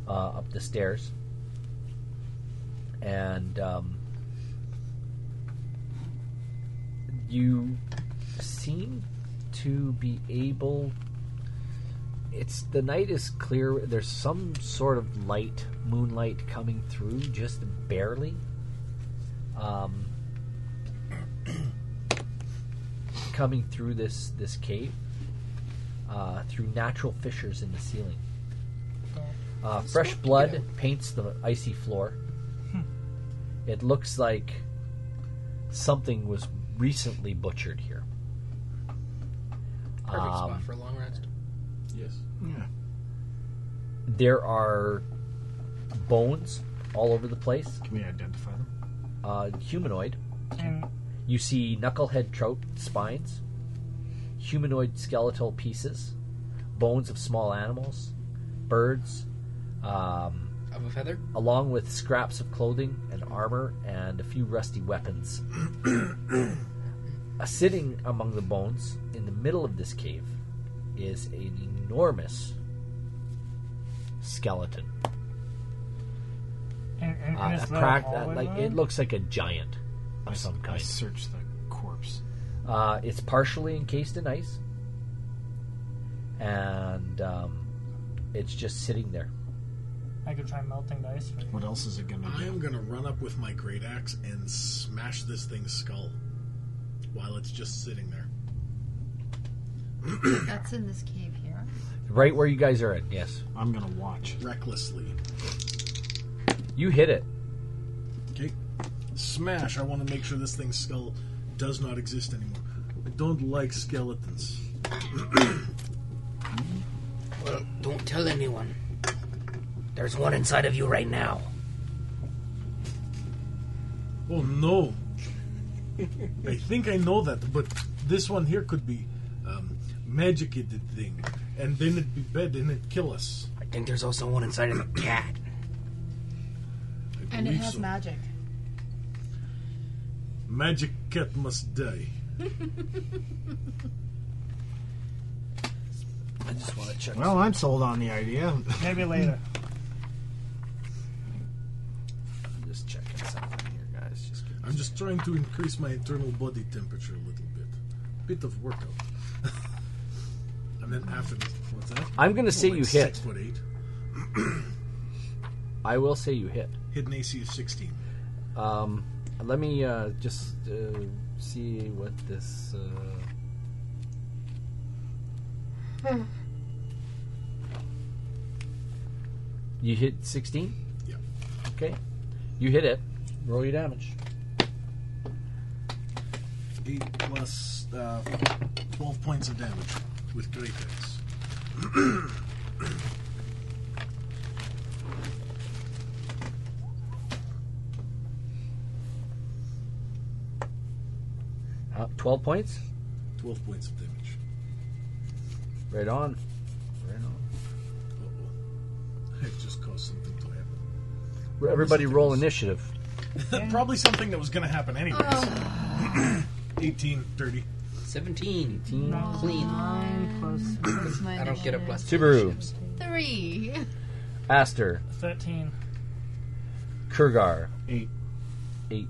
uh, up the stairs, and um, you seem to be able it's the night is clear. There's some sort of light, moonlight coming through, just barely. Um, coming through this this cave, uh, through natural fissures in the ceiling. Uh, fresh blood paints the icy floor. It looks like something was recently butchered here.
Perfect
Um,
spot for a long rest.
Yes.
There are bones all over the place.
Can we identify them?
Uh, humanoid.
And
You see knucklehead trout spines, humanoid skeletal pieces, bones of small animals, birds, um,
Of a feather.
along with scraps of clothing and armor and a few rusty weapons. uh, sitting among the bones in the middle of this cave is an enormous skeleton.
and, and,
Uh,
and this
a
little
crack- uh,
hallway
like
room?
it looks like a giant
I,
of some
I
kind.
search the corpse.
Uh, it's partially encased in ice, and um, it's just sitting there.
I could try melting the ice. For you.
What else is it gonna
I
do?
am gonna run up with my great axe and smash this thing's skull while it's just sitting there.
That's in this cave here.
Right where you guys are in, yes.
I'm gonna watch.
Recklessly.
You hit it.
Okay? Smash. I wanna make sure this thing's skull does not exist anymore. I don't like skeletons.
Well, don't tell anyone. There's one inside of you right now.
Oh no. I think I know that, but this one here could be um, magic it thing. And then it'd be bad and it'd kill us.
I think there's also one inside of the cat.
I
And it
believe
has
so.
magic.
Magic cat must die.
I just want to check.
Well, I'm sold on the idea.
Maybe later.
I'm just checking something here, guys. Just give me
I'm just trying to increase my internal body temperature a little bit. Bit of workout. and then after this, what's that?
I'm gonna say you hit.
Oh, Six foot eight.
I will say you hit.
Hidden AC of 16.
Um, let me uh, just uh, see what this. Uh... Hmm. you hit 16?
Yeah.
Okay. You hit it. Roll your damage.
8 plus uh, 12 points of damage with great axe.
Uh, 12 points?
12 points of damage.
Right on. Right on.
I've just caused something to happen.
Everybody roll initiative.
Probably something that was going to happen anyways.
Oh,
18, 30.
17. Clean.
Nine plus
What's my
I don't get a
initiative?
plus.
Subaru,
Three.
Aster,
thirteen.
Kurgar.
Eight.
Eight.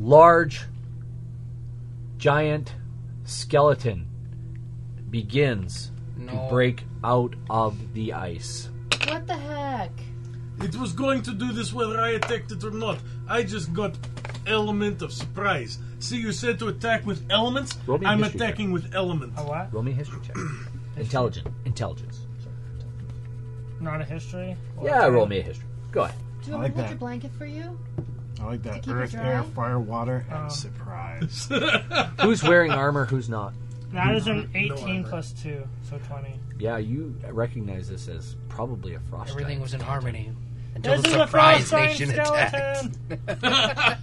Large, giant skeleton begins
No.
to break out of the ice.
What the heck?
It was going to do this whether I attacked it or not. I just got element of surprise. See, you said to attack with elements.
Roll me a
I'm
history check.
attacking with elements.
A what?
Roll me a history check. Intelligent. Intelligence.
Not a history. Or
Yeah,
a-
roll me a history. Go ahead.
Do you want
like
me to hold
that.
your blanket for you?
I like that.
keep it
Earth, air,
dry?
fire, water, and
Um.
surprise.
Who's wearing armor? Who's not?
That is an eighteen
armor.
plus two, so twenty.
Yeah, you recognize this as probably a frost.
Everything
giant.
was in harmony until
This
the
is a frost
surprise
giant
nation attacked.
skeleton.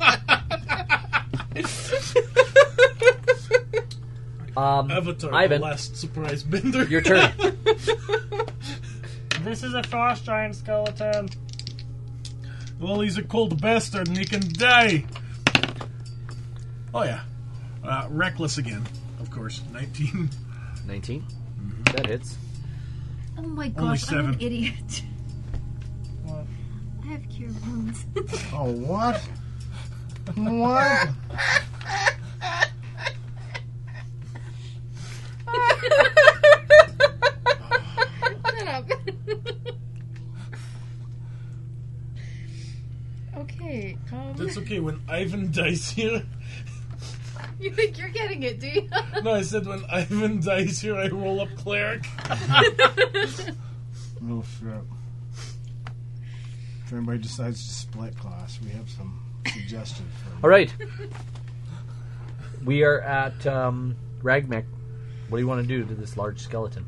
um,
Avatar,
Ivan,
the last surprise bender.
your turn.
This is a frost giant skeleton.
well, he's a cold bastard and he can die. Oh, yeah. Uh, reckless again, of course. 19.
19.
Mm-hmm.
That hits.
Oh my gosh, I'm
seven.
an idiot.
What?
I have cure wounds.
oh, what? What?
Shut up. okay. Um,
That's okay when Ivan dies here.
you think you're getting it, do you?
No, I said when Ivan dies here, I roll up cleric.
Oh, shit. If anybody decides to split class, we have some suggestions for
All right. We are at um, Ragmek. What do you want to do to this large skeleton?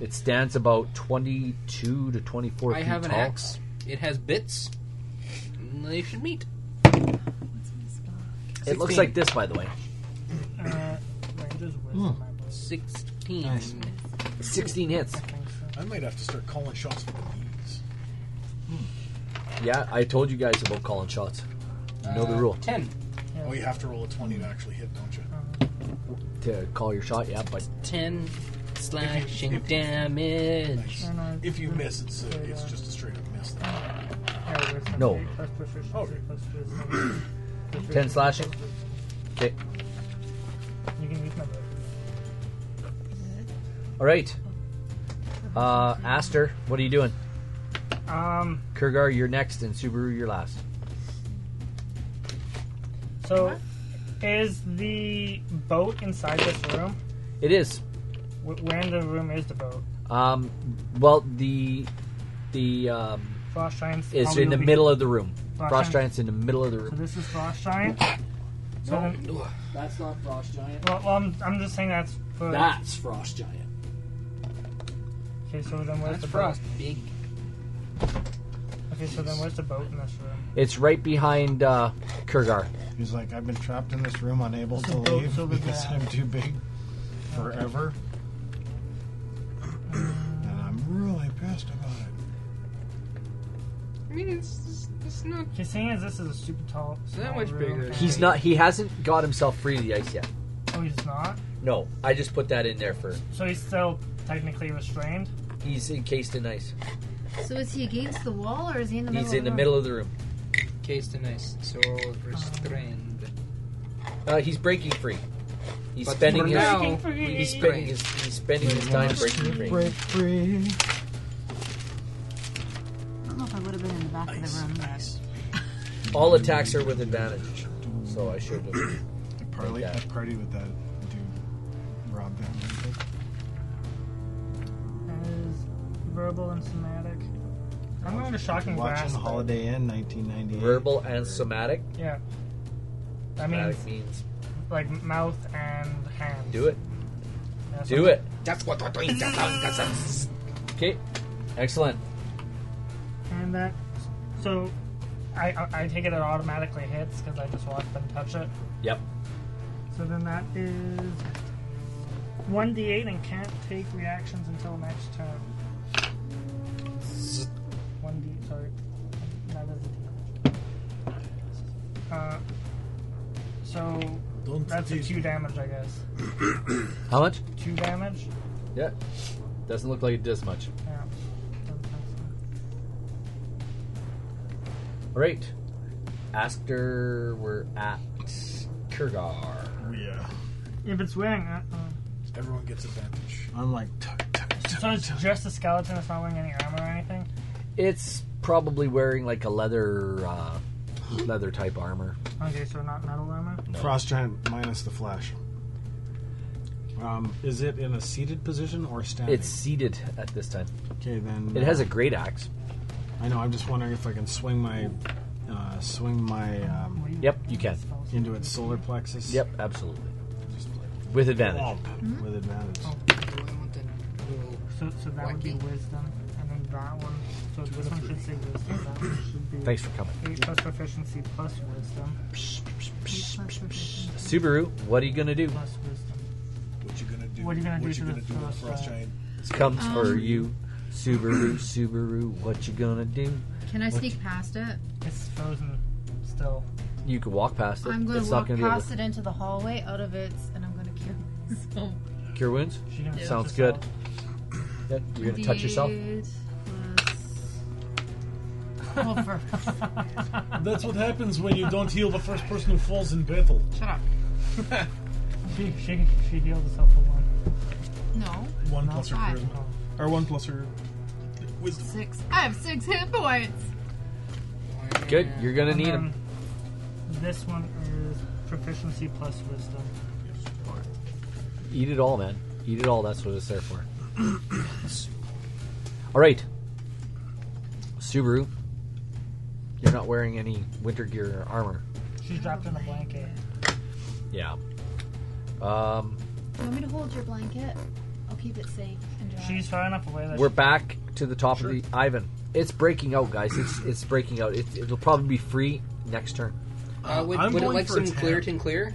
It stands about 22 to
I
24 feet
have an
tall.
axe. It has bits. They should meet.
It looks
16.
like this, by the way.
Uh, Ranger's wisdom,
Hmm.
I believe.
Sixteen.
16 hits.
I think so.
I might have to start calling shots with these.
Yeah, I told you guys about calling shots. You know the
Uh,
rule.
Ten.
Oh, you have to roll a 20 to actually hit, don't you?
To call your shot, yeah, but
Ten slashing damage.
Nice.
No, no,
If you
it's-
miss, it's uh, it's just a straight up miss.
yeah, wisdom.
No.
Eight Plus proficiency,
Okay.
plus wisdom. Proficiency,
Ten slashing?
plus wisdom.
okay.
You can use my move.
All right. Uh, Aster, what are you doing?
Um,
Kurgar, you're next, and Subaru, you're last.
so is the boat inside this room?
It is.
Wh- Where in the room is the boat?
Um, well, the the um,
Frost Giant's
is
probably
in the
will be-
middle of the room.
Frost giant.
Frost giant's in the middle of the
So
room.
this is Frost Giant? So then,
That's not Frost Giant.
well, well I'm, I'm just saying that's for.
That's Frost Giant.
Okay, so then where's
That's
the
frost. Big.
boat? Okay, so then where's the boat in this room?
It's right behind uh, Kurgar.
He's like, I've been trapped in this room, unable to
a boat
leave
over
because
there.
I'm too big forever. and I'm really pissed about it.
I mean, it's, it's, it's not
Okay, seeing as this is a super tall.
that
small
much
room,
bigger.
okay.
He's not. He hasn't got himself free of the ice yet.
Oh, he's not?
No, I just put that in there for
So he's still technically restrained?
he's encased in ice.
so is he against the wall or is he in the middle?
He's
of
in the
room?
middle of the room.
case the nice. So restrained.
Uh, he's breaking free. He's
But
spending
for
his.
now-
Breaking free.
He's spending his. He's spending his time breaking free.
Break free.
I don't know if I would have been in the back of the room. But
All attacks are with advantage, so I should have.
I party,
Like
I
that.
party with that dude, Rob Van Winkle.
Is verbal and somatic. I'm going to shocking
Watching
blast. but-
Holiday Inn 1998.
Verbal and somatic.
Yeah. That means
Somatic means
like mouth and hand.
do it.
Yeah. That's
Do
what-
it.
That's what we're doing. That's how- that's us.
Okay. Excellent.
And that, so, I I, I take it it automatically hits because I just walk up and touch it.
Yep.
So then that is one d8 and can't take reactions until next turn. One d sorry, that is a d. Uh, so
Don't
that's a
tease
two damage, I guess.
How much?
Two damage.
Yeah. Doesn't look like it does much.
Yeah. That's-
All right. After we're at Kurgar.
Yeah.
If it's wearing that, uh,
Everyone gets advantage.
I'm like, tuck, tuck, tuck.
so it's just a skeleton. It's not wearing any armor or anything.
It's probably wearing like a leather, uh, leather type armor.
Okay, so not metal armor.
Frost giant minus the flash. Um, is it in a seated position or standing?
It's seated at this time.
okay. Then
It has a great axe.
I know. I'm just wondering if I can swing my, uh, swing my um,
What do you-
Yep, you can.
into its solar plexus.
Yep, absolutely.
Just like
With advantage.
whomp with advantage.
Oh.
Do I want that little-
So, so that would be
Wacky.
wisdom, and then that one. So this one should say wisdom. That one should be
Thanks for coming.
eight plus proficiency plus wisdom
Subaru, what are you gonna do?
plus wisdom.
What you gonna do?
What you gonna do to the
with
first,
frost
uh,
giant?
Comes for
Um,
you, Subaru, Subaru. What you gonna do?
Can I sneak past it?
It's frozen still.
You can walk past it.
I'm going
it's
to walk
not gonna
past
be
it into the hallway, out of it, and I'm going to kill myself.
able to cure wounds.
She didn't touch
Sounds
herself.
good. Yeah, you're gonna touch yourself.
28 plus- Well, for-
That's what happens when you don't heal the first person who falls in battle.
Shut up.
She, she, she healed herself for one.
No.
One plus her
Five.
charisma, or one plus her wisdom.
Six. I have six hit points.
Good. You're gonna
And
need
then
them.
This one is proficiency plus wisdom.
Eat it all, man. Eat it all. That's what it's there for. all right, Subaru. You're not wearing any winter gear or armor.
She's dropped in a blanket.
Yeah. Um,
You want me to hold your blanket? I'll keep it safe and dry.
She's far enough away that
we're
she,
back to the top of the Ivan. It's breaking out, guys. It's it's breaking out. It, it'll probably be free next turn.
Uh, would
I'm
would it
going
like
for
some
a ten.
clear tin clear?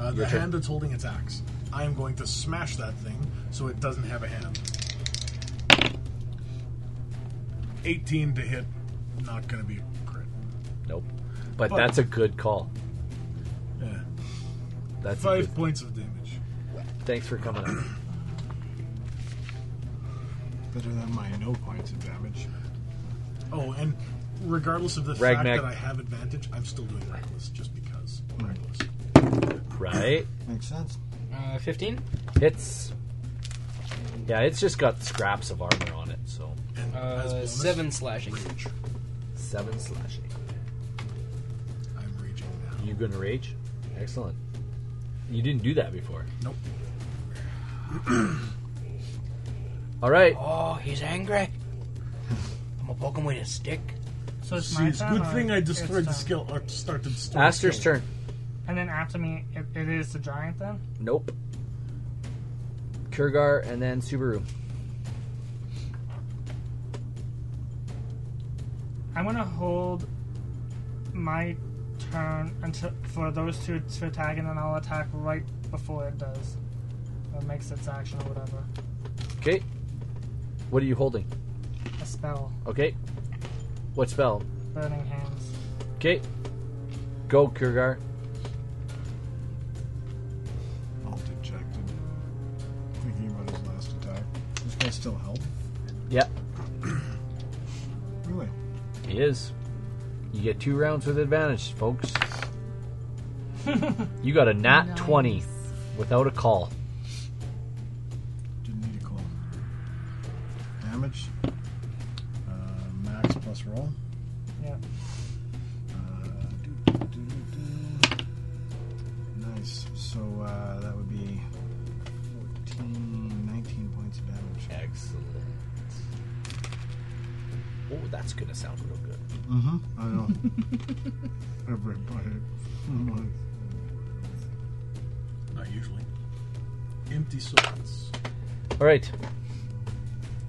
Uh, the
Your turn.
hand that's holding its axe. I am going to smash that thing so it doesn't have a hand. 18 to hit. Not going to be a crit.
Nope. But,
But-
that's a good call.
Yeah.
That's a
Five
good.
points of damage.
Thanks for coming up.
Better than my no points of damage.
Oh, and regardless of the fact
Ragnac-
that I have advantage, I'm still doing reckless just because. Reckless.
Right.
Makes sense.
Uh, 15?
Hits. Yeah, it's just got scraps of armor on it, so
And
Uh,
as bonus,
7 slashing.
seven slashing.
I'm raging now.
You gonna rage? Excellent. You didn't do that before.
Nope.
All right.
Oh, he's angry. I'm gonna poke him with a stick.
so it's
See,
my
it's a
turn.
good
or
thing I
it's
destroyed the
turn?
skill or started story
Aster's
skill.
turn.
And then after me, it, it is the giant then.
Nope. Kurgar and then Subaru.
I'm gonna hold my turn until for those two to attack, and then I'll attack right before it does, or makes its action or whatever.
Okay. What are you holding?
A spell,
Okay. What spell?
burning hands.
Okay. Go, Kurgar.
All dejected. Thinking about his last attack. This guy still help?
Yep.
Really?
He is. You get two rounds with advantage, folks. you got a nat 20 without a call.
Didn't need a call. Damage. Uh, max plus roll.
Yeah.
Uh, do, do, do, do. Nice. So uh, that would be 14, 19 points of damage.
Excellent. Oh, that's going to sound real good.
Mm-hmm. I know. Everybody.
I Not usually. Empty sockets.
All right.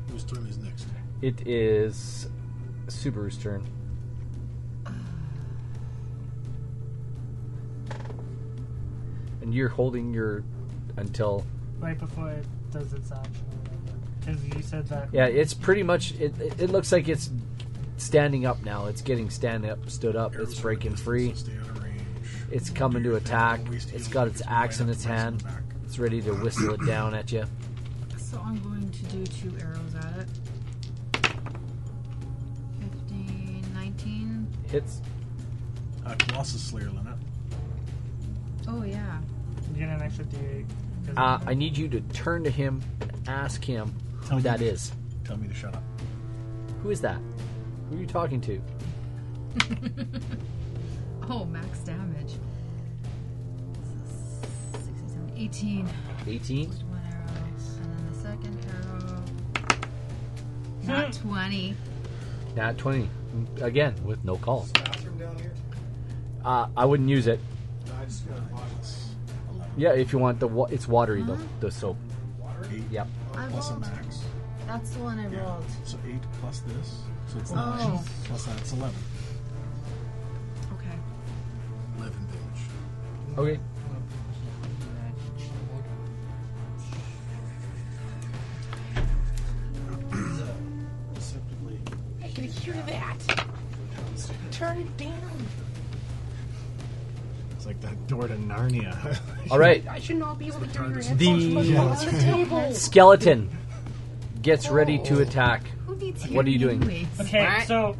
Whose turn is next?
It is Subaru's turn. And you're holding your until
Right before it does its action or whatever. Because you said that.
yeah, it's pretty much it, it. It looks like it's standing up now. It's getting stand up, stood up. It's breaking free. It's coming to attack. It's got its axe in its hand. It's ready to whistle it down at you.
So I'm going to do two arrows at it. 15, 19.
Hits.
Uh, Colossus Slayer, Lynette.
Oh, yeah.
You get an extra d8. 'cause
Uh,
of-
I need you to turn to him and ask him
Tell
who
me.
that is.
Tell me to shut up.
Who is that? Who are you talking to?
Oh, max damage. 67, 18.
18.
With one arrow. And then the second arrow. Not 20.
Nat 20. Again, with no call.
Bathroom down here.
Uh, I wouldn't use it.
No, I just got a box.
Yeah, if you want the wa- it's watery though the soap.
Water.
Yep.
I
Plus an
rolled.
axe.
That's the one I
Yeah.
rolled.
So eight plus this. So it's
Oh.
nine. Plus that's eleven.
Okay.
Eleven damage.
Okay.
Deceptively.
I can hear that.
It's like that door to Narnia.
All right.
I should not be able to hear your
The-
headphones
Yeah,
yeah, on
that's
the table.
Skeleton gets ready to attack.
Who needs
What are you
hearing
doing?
aids?
Okay, so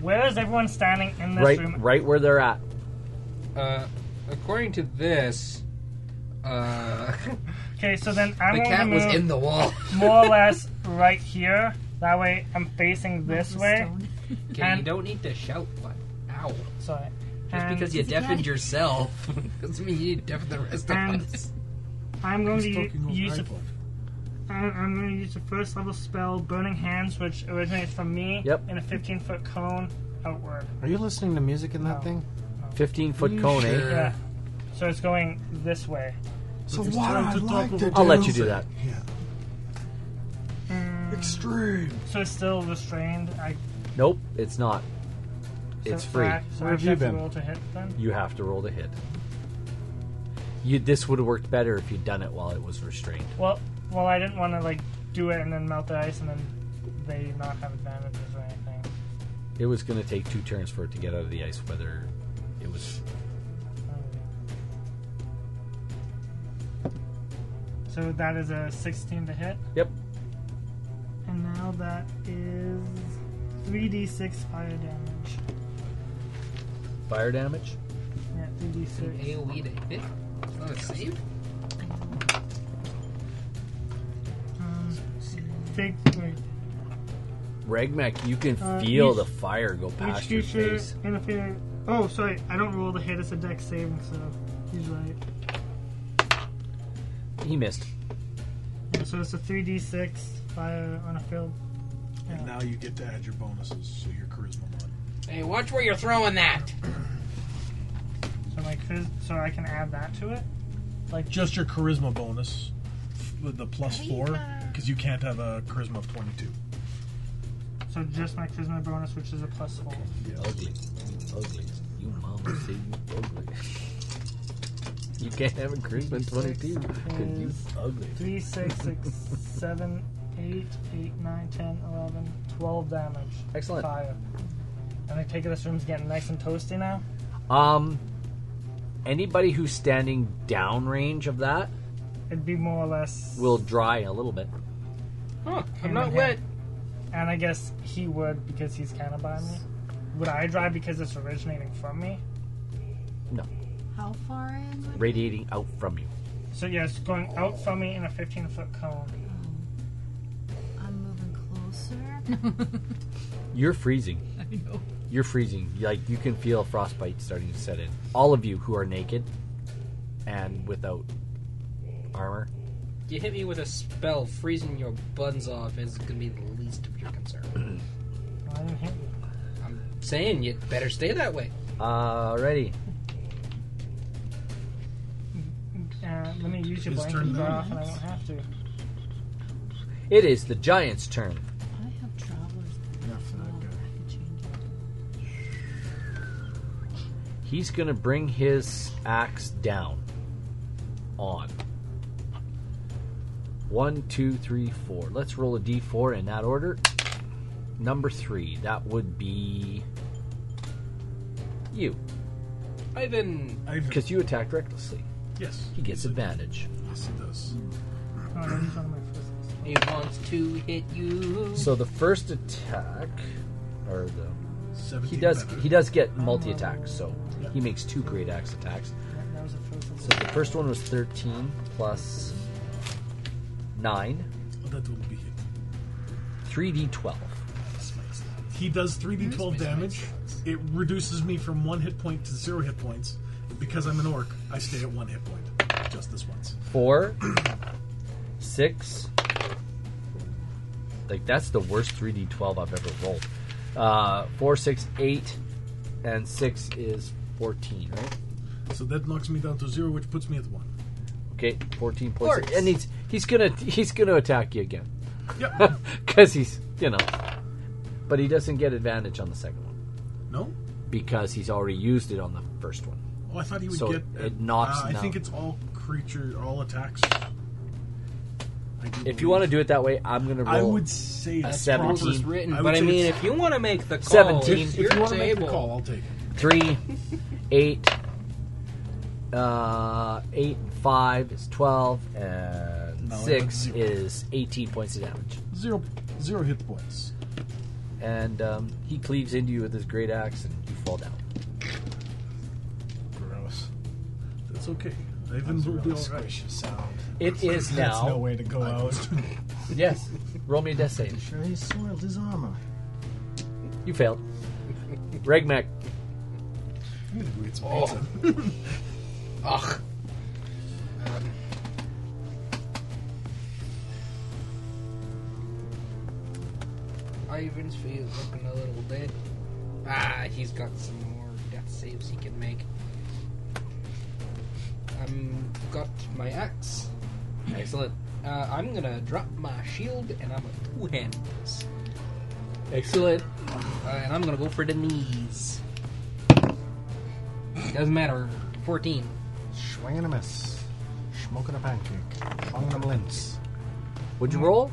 where is everyone standing in this
Right
room?
right where they're at.
Uh, according to this, uh,
Okay, so then I'm
the
going to
cat was
move
in the wall.
more or less right here. That way I'm facing this
Stone.
way.
Okay, you
And-
don't need to shout, but ow.
Sorry.
Just
And
because you
It's a cat.
deafened yourself doesn't mean you deafened the rest
And-
of us.
I'm going to
He's talking
u-
over
use a,
iPod.
I'm, I'm going to use the first level spell, Burning Hands, which originates from me
Yep.
in a 15 foot cone outward.
Are you listening to music in that
No.
thing?
15 foot cone, eh?
Yeah. So it's going this way.
so
It's
what
time
I
to talk
like
over
to
I'll let you do that.
Mm.
Extreme.
So it's still restrained. I,
Nope, it's not.
so
It's free.
I, so
Where
I
have you
have to
been?
roll to hit then?
You have to roll to hit. You this would have worked better if you'd done it while it was restrained.
Well, well, I didn't want to like do it and then melt the ice and then they not have advantages or anything.
It was going to take two turns for it to get out of the ice whether it was
So that is a 16 to hit,
Yep.
and now that is 3d6 fire damage.
Fire damage.
Yeah, 3d6.
AoE E to hit? Is that a save?
Um, think, wait,
Regmac, you can
Uh,
feel
each-
the fire go
each
past your
creature
face.
interfere. Oh, sorry, I don't roll the hit. It's a dex saving, so he's right.
He missed.
Yeah, so it's a 3d6 fire on a field.
And now you get to add your bonuses, so your charisma mod.
Hey, watch where you're throwing that!
So my chris- so I can add that to it.
Just your charisma bonus, with the plus four,
uh,
because you can't have a charisma of twenty-two.
So just my charisma bonus, which is a plus four.
Ugly. You ugly. You mama say you ugly. you can't have a charisma 22 because you
Is
ugly.
three, six, six, seven, eight, eight, nine, 10, 11, 12 damage.
Excellent.
Fire. And I take it this room's getting nice and toasty now.
Um, anybody who's standing downrange of that
It'd be more or less.
will dry a little bit.
Huh, I'm
him
not
and
wet.
him. And I guess he would because he's kind of by me. Would I dry because it's originating from me?
How far in? would-
Radiating out from you.
So yeah, it's going out from me in a 15 foot cone.
I'm moving closer.
You're freezing. I know. You're freezing. Like you can feel frostbite starting to set in. All of you who are naked and without armor.
You hit me with a spell, freezing your buns off is gonna be the least of your concern.
Well, I didn't hit you.
I'm saying you better stay that way.
Alrighty.
Uh, Let me use your
His
blanket
turn
and go
now.
off, and I won't have to.
It is the giant's turn.
I have travelers.
He's gonna bring his axe down. On. One, two, three, four. Let's roll a d4 in that order. Number three, that would be you.
Ivan.
Because you attacked recklessly.
Yes.
He gets advantage.
Yes, he does.
Oh, no, he's one of my first.
He wants to hit you.
So the first attack, or the he
17
does
better.
he does get multi attacks, so he makes two great axe attacks.
That, that was the first one.
So the first one was thirteen plus nine,
Oh, that will be hit.
three d twelve.
He does 3d12 damage. It reduces me from one hit point to zero hit points. Because I'm an orc, I stay at one hit point. Just this once.
Four, six. Like that's the worst three d twelve I've ever rolled. Uh, four, six, eight, and six is fourteen, right?
So that knocks me down to zero, which puts me at one.
Okay, fourteen points,
Orcs.
and he's he's gonna he's gonna attack you again.
Yep.
because he's you know, but he doesn't get advantage on the second one
No?
because he's already used it on the first one.
Oh, I thought he would
so
get.
it knocks.
Uh, I
down.
think it's all creature, all attacks.
if you want to do it that way, I'm gonna roll.
I would say
a
that's
seventeen.
proper.
Written,
I would
but I
say
mean,
it's-
if you want to make the call,
17.
it's
If
your
you wanna
make the
table.
call, I'll take it.
Three, eight, uh, eight and five is twelve, and
No, it
six
went zero.
is eighteen points of damage.
Zero, zero hit points.
And um, he cleaves into you with his great axe, and you fall down.
Gross. That's okay. Ivan will be all right.
It is
That's
now-
no way to go out.
Yes, roll me a death save.
sure, he soiled his armor.
You failed. Regmac.
Oh.
Ugh. Ivan's feet looking a little bit. Ah, he's got some more death saves he can make. I'm got my axe. Excellent. Uh, I'm gonna drop my shield and I'm a two hand this.
Excellent.
Uh, and I'm gonna go for the knees. Doesn't matter. 14.
Swing and a miss. Smoking a pancake. Swung and a blintz.
Would you roll?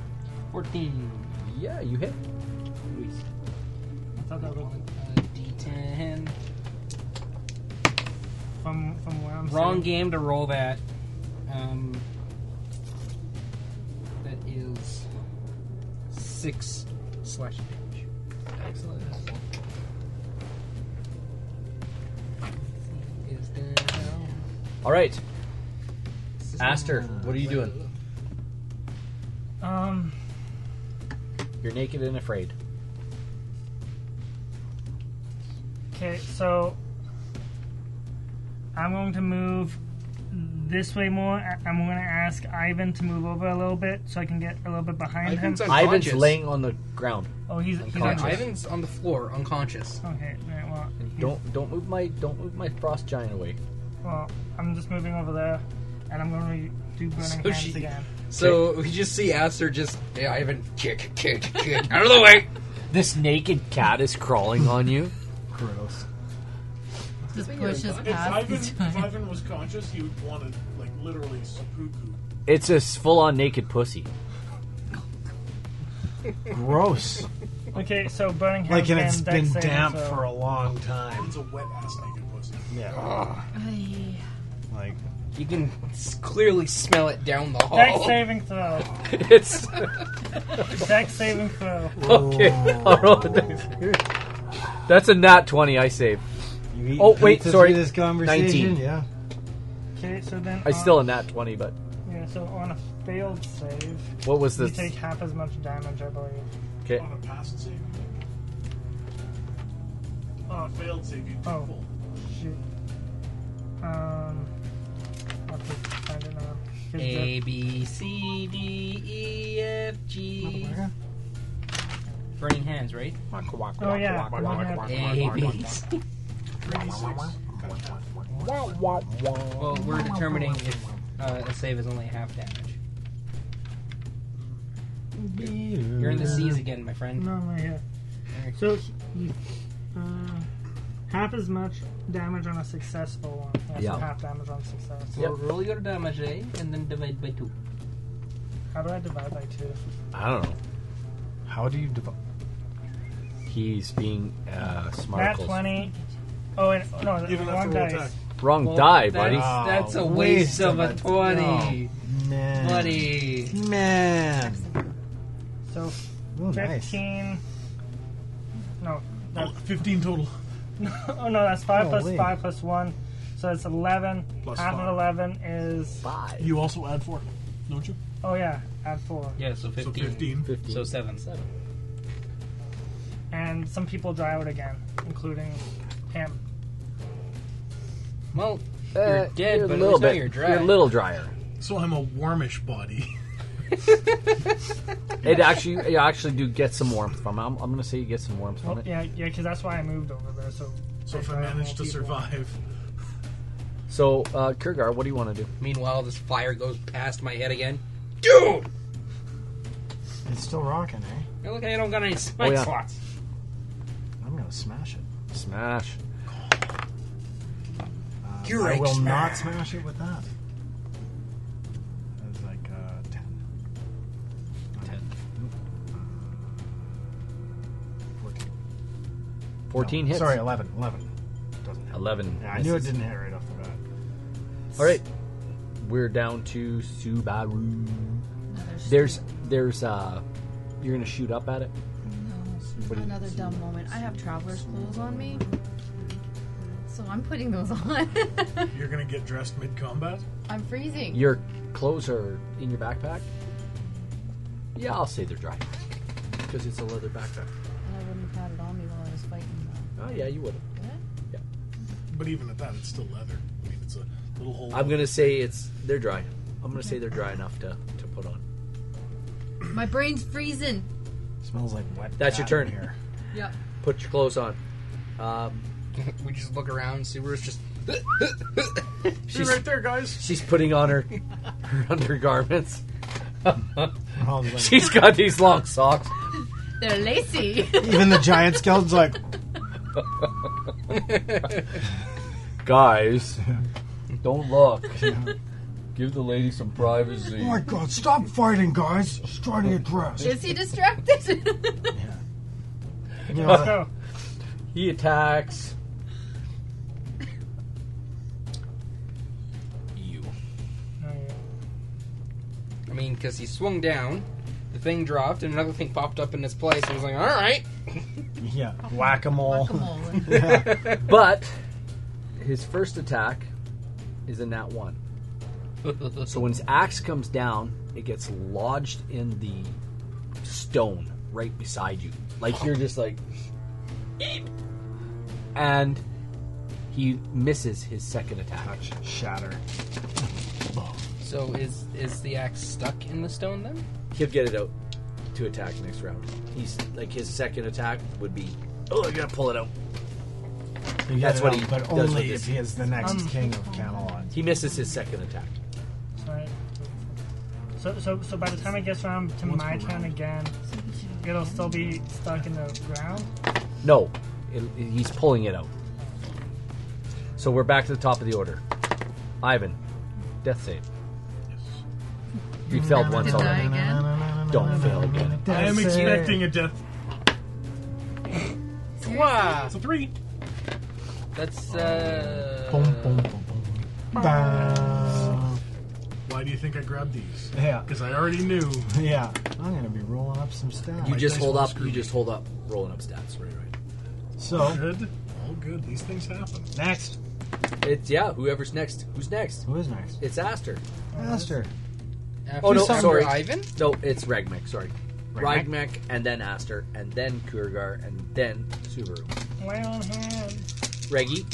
14.
Yeah, you hit.
I thought that was
Uh, D10.
from from where I'm.
Wrong
sitting.
game to roll that. Um, that is six slash damage. Excellent. Is down.
All right. Aster, what are you doing?
Um,
You're naked and afraid.
Okay, so I'm going to move this way more. I- I'm going to ask Ivan to move over a little bit so I can get a little bit behind him.
Ivan's laying on the ground.
Oh, he's, he's
Yeah,
unconscious.
Ivan's on the floor, unconscious.
Okay, all right, well, he's-
Don't don't move my don't move my frost giant away.
well, I'm just moving over there, and I'm going to do burning
So
hands
she-
again.
So we just see Aster just yeah, Ivan kick, kick, kick out of the way.
This naked cat is crawling on you.
Gross.
Just pushes
If
past
Ivan,
the
if
giant.
Ivan was conscious, he would want to, like, literally seppuku.
It's a full on naked pussy.
Gross.
Okay, so burning hands.
like, and
again,
it's
dex
been
saving
damp
uh,
throw.
for a long time.
It's a wet ass naked pussy.
Yeah.
Ay.
Like,
You can s- clearly smell it down the hall.
Dex saving throw.
it's
Dex saving throw.
okay.
oh.
I'll roll the dice. That's a nat twenty. I save.
you eat
Oh wait,
pizza
sorry.
through This conversation,
Nineteen.
yeah.
Okay, so then
I
Uh,
on-
still a nat twenty, but
Yeah, so on a failed save,
what was
you
this?
take half as much damage, I believe.
Okay.
On a past save, you think? On a failed save, you do
Oh.
full.
Shoot. Um. I'll have to find it now. Here's
A B C D E F G. Burning hands, right?
the- Oh yeah. one half-
A B. C.
Thirty-six.
Well, we're determining if uh, Uh, a save is only half damage. You're in the seas again, my friend.
No, I'm right here. So, he- uh, half as much damage on a successful one. That's
Yeah.
half damage on success.
So roll your damage, eh? And then divide by two.
How do I divide by two?
I don't know. How do you develop? He's being uh, smart.
Nat 20. Oh, and, no,
You don't have
one
to roll
dice.
attack.
Wrong
Well,
die, buddy.
that's- that's a
Oh,
waste of a
20.
No. Oh, Man.
Buddy.
Man.
So,
Oh,
Ooh, nice.
15. No.
Oh, 15 total.
oh, no, that's 5
Oh,
plus
wait.
5 plus 1. So it's 11.
Plus
Half
five.
of 11 is. 5.
You also add four, don't you?
Oh, yeah, add 4.
Yeah, so 15.
15.
So 7. 7.
And some people dry out again, including him.
Well,
Uh,
You're dead, but at least now you're dry.
drier.
So I'm a warmish body.
It actually, you actually do get some warmth from it. I'm, I'm going to say you get some warmth from
Well,
it.
yeah, yeah, because that's why I moved over there. So,
So if I manage to survive,
So, uh, Kurgar, what do you want to do?
Meanwhile, this fire goes past my head again. Dude!
It's still rocking, eh?
Hey, Look, I don't got any spike
Oh, yeah.
slots.
I'm going to smash it. Smash.
Uh,
You're
I
a
will not
smash.
smash it with that. That was like uh, 10. 10. 14.
14
No,
hits.
Uh, Sorry, 11. 11. Doesn't hit.
11.
Yeah, I knew it
misses.
didn't hit right off the bat.
All right, we're down to Subaru. There's, there's, uh, you're gonna shoot up at it. What do you-
Another dumb moment. I have traveler's clothes on me, so I'm putting those on.
you're gonna get dressed mid combat.
I'm freezing.
Your clothes are in your backpack. Yeah, I'll say they're dry because it's a leather backpack.
And I wouldn't have had it on me while I was fighting.
Oh yeah, you would.
But even at that, it's still leather. I mean, it's a little hole.
I'm gonna say it's they're dry. I'm gonna say they're dry enough to to put on.
though. My brain's freezing.
Smells like wet. That's your turn. Here.
Yep.
Put your clothes on. Um,
we just look around. Subaru's just.
She's-
right there, guys.
She's putting on her, her undergarments.
like-
She's got these long socks.
They're lacy.
Even the giant skeleton's like,
Guys, don't look. Give the lady some privacy.
oh my god, stop fighting, guys. Just try to get dressed.
Is he distracted?
You know, that-
He attacks.
You. I mean, because he swung down, the thing dropped, and another thing popped up in its place, and was like, alright.
yeah, whack a mole.
But his first attack is a nat one. So when his axe comes down, it gets lodged in the stone right beside you. Like you're just like, "Eep." and he misses his second attack.
shatter.
So is is the axe stuck in the stone then?
He'll get it out to attack next round. He's like his second attack would be, oh, I gotta pull it out.
You get
That's
it
what
out,
he
But
does with
only
this.
if he is the next
Um,
king of Camelot.
He misses his second attack.
Right. So, so, so by the time it gets around to
Once
my
per
turn again, it'll still be stuck in the ground.
No, it, he's pulling it out. So we're back to the top of the order. Ivan, death save. You failed once
Did I
already. Don't fail again.
I am expecting a death.
Wow.
It's a three.
That's uh.
Why do you think I grabbed these?
Yeah.
Because I already knew.
Yeah, I'm gonna be rolling up some stats.
You just hold up. You just hold up. Rolling up stats. Right, right.
So-
good. All good. These things happen.
Next.
It's yeah. Whoever's next. Who's next?
Who is next?
It's Aster.
Aster.
oh no,
After
sorry,
Ivan?
No, it's Regmek. Sorry,
Regmek?
Regmek, and then Aster, and then Kurgar, and then Subaru.
Well, hmm.
Reggie,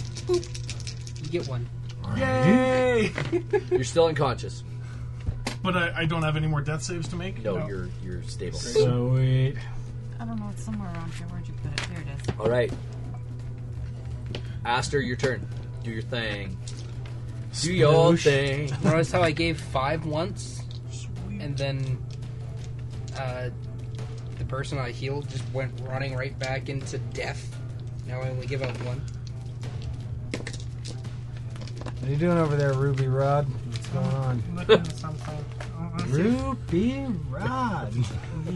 You get one.
Yay!
you're still unconscious.
But I, I don't have any more death saves to make.
No, you're you're stable.
Sweet.
I don't know. It's somewhere around here. Where'd you put it? Here it is.
All right, Aster, your turn. Do your thing. Do your own thing.
Notice how I gave five once, and then uh, the person I healed just went running right back into death. Now I only give out one.
What are you doing over there, Ruby Rod? What's going on?
Looking at something. I wanna see if-
Ruby Rod.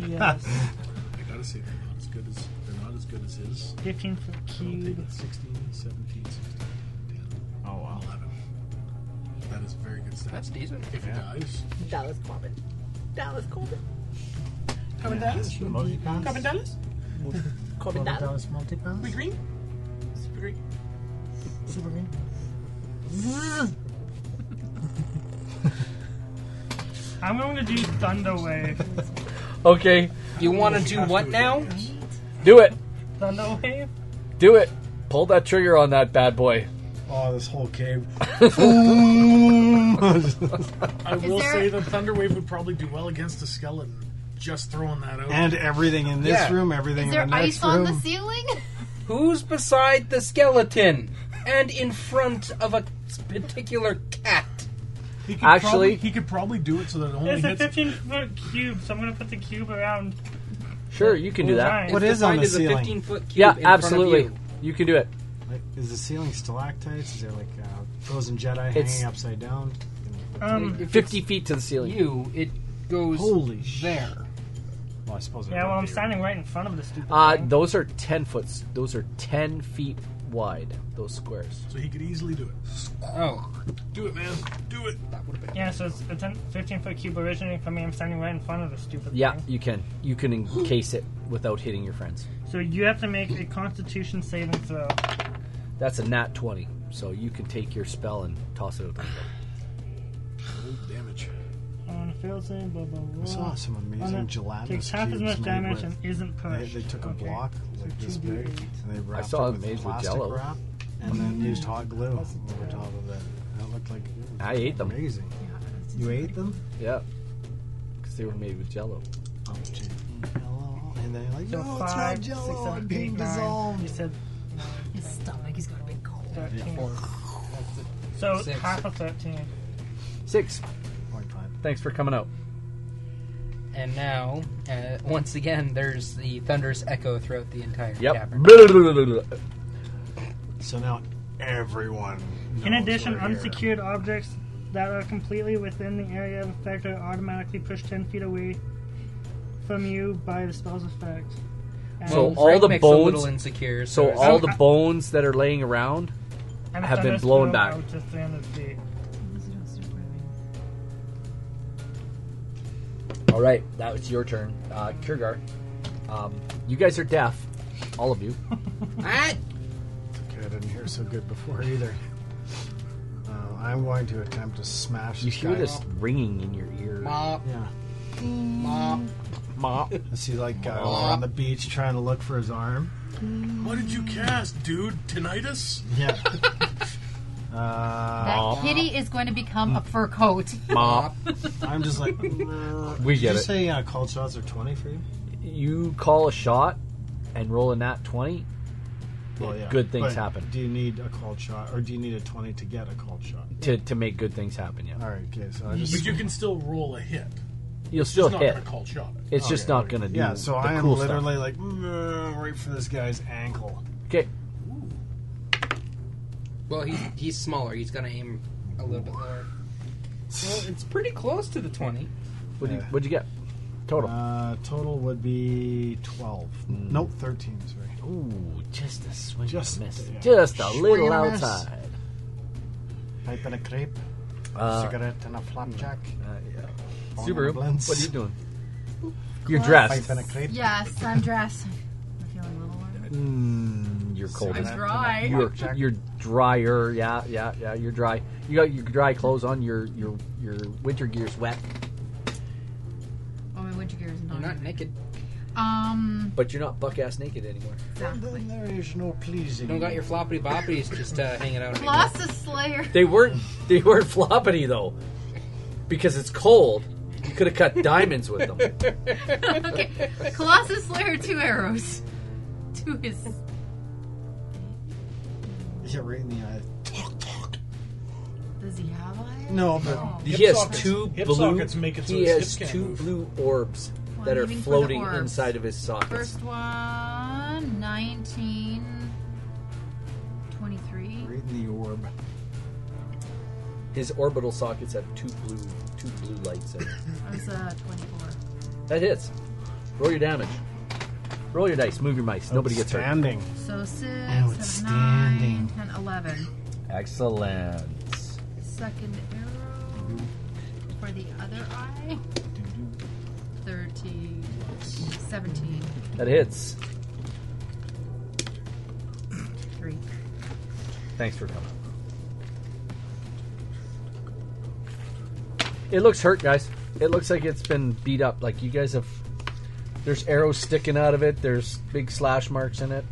Yes.
I gotta say, they're not as good as, they're not as good as his.
15 foot
Take
cube.
it, 16, 17, 16, 10.
Oh, wow.
11. That is very good stats.
That's decent.
If he dies.
Dallas Corbin. Dallas Corbin.
Corbin Dallas?
Corbin Dallas? Corbin Dallas?
multi-pass.
We green? Super green.
Super green.
I'm going to do Thunder Wave.
Okay,
You want to do what now?
do it.
Thunder Wave?
Do it. Pull that trigger on that bad boy.
Oh, this whole cave.
I will
there-
say that Thunderwave would probably do well against a skeleton. Just throwing that out.
and everything in this
Yeah.
room, everything
Is
in
there
the next
ice on
room.
the ceiling?
Who's beside the skeleton and in front of a particular cat?
He could
Actually-
probably, he could probably do it so that it only
It's a
hits.
15 foot cube, so I'm going to put the cube around.
Sure, you can do that.
Giant.
What is on
Defined
the
as a
ceiling?
15 foot cube. in
Yeah,
front of
absolutely.
you.
You can do it.
Like, Is the ceiling stalactites? Is there like uh, frozen Jedi
It's-
hanging upside down?
Um,
If it's
Fifty feet to the ceiling.
you, it goes
Holy sh-
there.
Well, I suppose. it
yeah,
would
well, I'm
be.
standing right in front of the stupid
Uh,
thing.
those are ten foot. Those are ten feet wide. Those squares.
So he could easily do it.
Oh,
Do it, man. Do it.
Yeah, so it's a 10, 15 foot cube originating from me. I'm standing right in front of the stupid
Yeah,
thing.
you can. You can encase it without hitting your friends.
So you have to make a constitution saving throw.
That's a nat twenty. So you can take your spell and toss it out the window.
Oh, damage.
On a failed save, blah, blah, blah.
I saw some
On
amazing
a-
gelatinous
Takes half as
cubes
much
made
damage
with-
and isn't
They,
pushed.
they took a
Okay.
block
So
like this big,
2d8.
and they wrapped
saw
it
it
with
made with
plastic
Jell-O.
wrap, and then used hot glue over top of it. That looked like it was
I ate them.
Amazing. You ate them?
Yeah, because they were made with Jello.
Oh, gee. Jell-O. And they're like,
So
no, it's
five,
not
six,
Jello.
seven,
I'm
eight,
being
nine. You
dissolved.
said
His stomach, he's got a big cold.
13.
four. That's it.
So
Six.
half of 13.
Six.
Point five.
Thanks for coming out.
And now, uh, once again, there's the thunderous echo throughout the entire
Yep.
cavern.
So now everyone.
In
knows
addition,
we're here.
unsecured objects that are completely within the area of effect are automatically pushed 10 feet away from you by the spell's effect. And-
So
Well,
all
Frank
the
makes A
bones-
little insecure,
So
it's-
all the bones that are laying around.
and
have been
thunderous
blown
bolt
back.
out To 300 feet.
All right, that was your turn, uh, Kurgar. Um, you guys are deaf, all of you.
Ah!
Okay, I didn't hear so good before either. Uh, I'm going to attempt to smash
You
this
hear
guy.
this ringing in your ear.
Mop,
Yeah.
mop.
Mop.
Is he like uh, over on the beach trying to look for his arm?
What did you cast, dude? Tinnitus?
Yeah. uh,
That kitty is going to become a fur coat.
Mop.
I'm just like. "Nah."
We get
Did you
it.
say uh, cold shots are 20 for you?
You call a shot and roll a nat 20.
Well, Oh, yeah.
Good things
But
happen.
Do you need a cold shot, or do you need a 20 to get a cold shot?
To, to make good things happen, yeah.
All right. Okay. So I
But
just.
you can still roll a hit.
You'll
It's
still
not
hit.
gonna call shot.
It's just
Okay,
not
okay.
going to do
Oh, Yeah. So
the
I am
cool
literally
stuff.
like "Mm, right for this guy's ankle.
Okay,
Well, he's, he's smaller. He's going to aim a little bit lower. Well, it's pretty close to the 20.
what'd, you,
Yeah.
what'd you get? Total. Mm.
Uh, total would be 12. Nope, 13. Sorry.
Ooh, just a swing just,
Just-
miss.
yeah.
Just a
Swing
little
and a miss.
outside.
Pipe and a crepe,
Uh,
cigarette and a flapjack.
uh, yeah.
Phone
Subaru,
ambulance.
what are you doing? You're
Pipe
dressed.
and a crepe.
yes, I'm dressed. I'm feeling a little warm.
Mm, you're cold.
I'm
Cigarette and a
dry.
You're,
flapjack.
you're drier, yeah, yeah, yeah. You're dry. You got your dry clothes on. Your your your winter gear's wet,
Oh, my winter gear is
You're
not.
not naked.
Um,
but you're not buck ass naked anymore.
exactly.
Then there is no pleasing.
You don't got your floppity boppities just uh, hanging out. anymore.
Lost a slayer.
They weren't they weren't floppity though, because it's cold. You could have cut diamonds with them.
okay, Colossus Slayer, two arrows. Two is.
Yeah, right in the eye.
Does he have eyes?
No, but-
Oh.
He has two
hip
blue.
sockets make it so
he
his hips
has
can't
two
move.
blue orbs
Well,
that are
I'm aiming for the
floating
orbs.
inside of his sockets.
First one, 19, 23.
the orb. His orbital sockets have two blue, two blue lights in. it.
That's uh, 24.
that hits. Roll your damage. Roll your dice. Move your mice. Nobody gets hurt.
Outstanding.
So 6, seven,
Outstanding.
9, 10, 11.
Excellent.
Second arrow for the other eye. 30, 17,
That hits.
3.
Thanks for coming. It looks hurt, guys. It looks like it's been beat up. Like you guys have. There's arrows sticking out of it. There's big slash marks in it.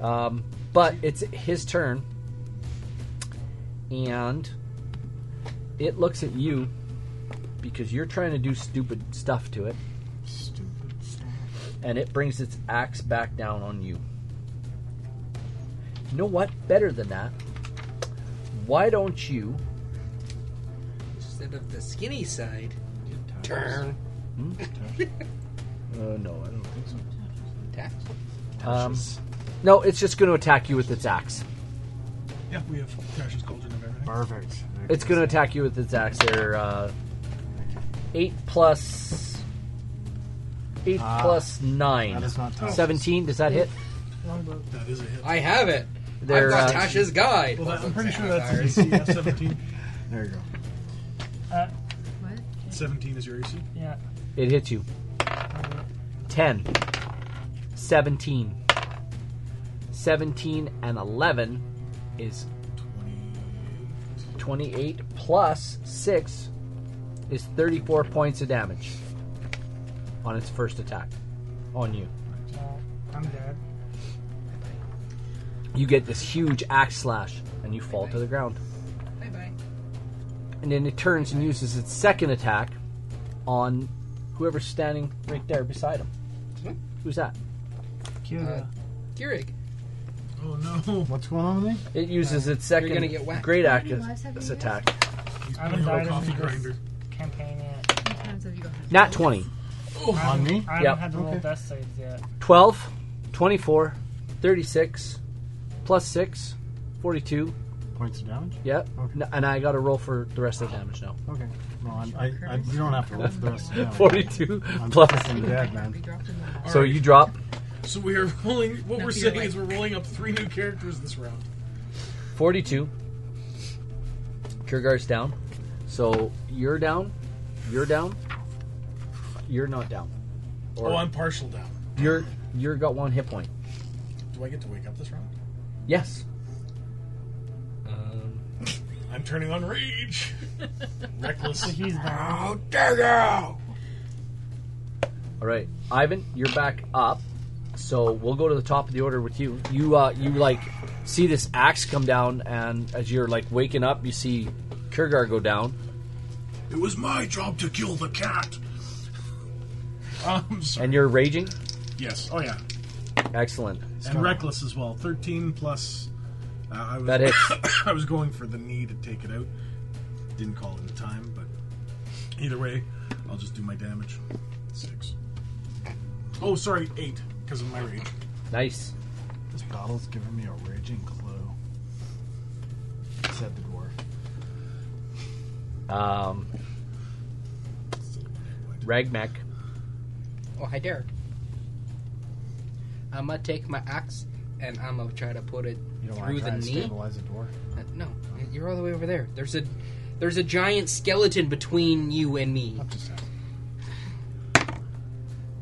Um, but it's his turn, and it looks at you because you're trying to do stupid stuff to it. Stupid stuff. And it brings its axe back down on you. You know what? Better than that. Why don't you?
Instead of the skinny side, turn.
Hmm? Uh, no, I don't think so.
Tax?
Um, no, it's just going to attack you with its axe.
Yeah, we have Tasha's Cauldron of everything.
Perfect.
It's going to attack you with its axe. There, uh, eight plus eight
Ah,
plus nine.
that is not
Oh.
tough.
Seventeen. Does that hit?
That is a hit.
I have it.
There,
I've got
uh,
Tasha's guide.
Well, that, I'm pretty sure
Vampires.
that's E his AC. 17.
There you go.
Uh,
17 is your E AC.
yeah.
It hits you. 10, 17. 17 and 11 is 28 plus 6 is 34 points of damage on its first attack on you.
Well, uh, I'm dead.
You get this huge axe slash and you fall to the ground.
Bye bye.
And then it turns and uses its second attack on whoever's standing right there beside him. Who's that?
Uh, Keurig.
Oh no.
What's going on with me?
It uses its
You're gonna get
second
whacked.
great
How
act
many lives have
as
you
attack.
I haven't
Little
died in
coffee
this
grinder.
campaign yet.
How many times have you gone?
Nat 20.
I haven't- I haven't
oh, Yep.
had to roll death saves yet.
12, 24, 36, plus 6, 42.
Points of damage?
Yep. N- And I got to roll for the rest of the damage now.
Okay. Well, I'm, I, I, you don't have to roll for the rest of the damage.
42
I'm
plus.
fucking dead, man.
So you drop.
So we are rolling. What
Now
we're
to your
saying is we're rolling up three new characters this round.
42. Kurgar's down. So you're down. You're down. You're not down. Or
oh, I'm partial down.
you're you're got one hit point.
Do I get to wake up this round?
Yes. Um,
I'm turning on rage. Reckless. Oh,
He's down.
How dare you!
All right, Ivan, you're back up. So we'll go to the top of the order with you. You uh, you like see this axe come down, and as you're like waking up, you see Kurgar go down.
It was my job to kill the cat. Um, so-
And you're raging.
yes. Oh yeah.
Excellent.
And reckless as well. Thirteen plus. Uh, I was,
That hits.
I was going for the knee to take it out. Didn't call it in time, but either way, I'll just do my damage. Six. Oh, sorry, eight because of my rage.
Nice.
This battle's giving me a raging clue. Said the dwarf.
Um, Ragmec.
Oh, hi, Derek. I'm gonna take my axe and I'm gonna try to put it
You don't want
through
to
the
try to
knee.
stabilize a dwarf.
Uh, no, you're all the way over there. There's a there's a giant skeleton between you and me.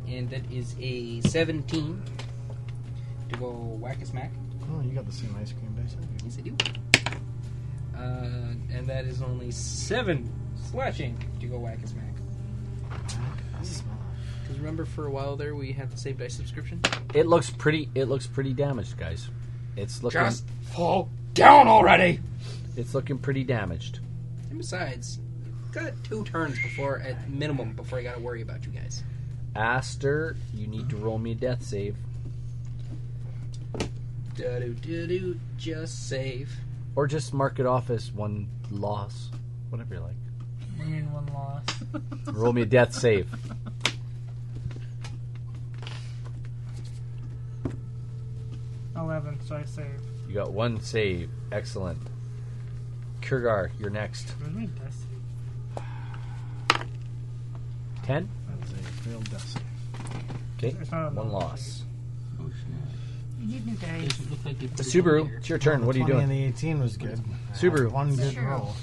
And that is a 17 to go whack a smack.
Oh, you got the same ice cream dice. haven't you?
Yes, I do. Uh, and that is only seven slashing to go whack a smack. Because remember, for a while there, we had the same dice subscription.
It looks pretty. It looks pretty damaged, guys. It's looking.
Just fall down already.
It's looking pretty damaged.
And besides, got two turns before, at minimum, before I got to worry about you guys.
Aster, you need to roll me a death save.
Do do do do, just save.
Or just mark it off as one loss. Whatever you like.
I mean, one loss.
Roll me a death save.
Eleven, so I save.
You got one save. Excellent. Kurgar, you're next.
Where's my death save?
Ten?
That was a failed death save.
Okay.
It's not a
One
normal
loss.
You need new dice.
The Subaru, it's your turn.
The
What are you
20
doing?
And the 18 was good.
Subaru.
One good
Sure.
roll.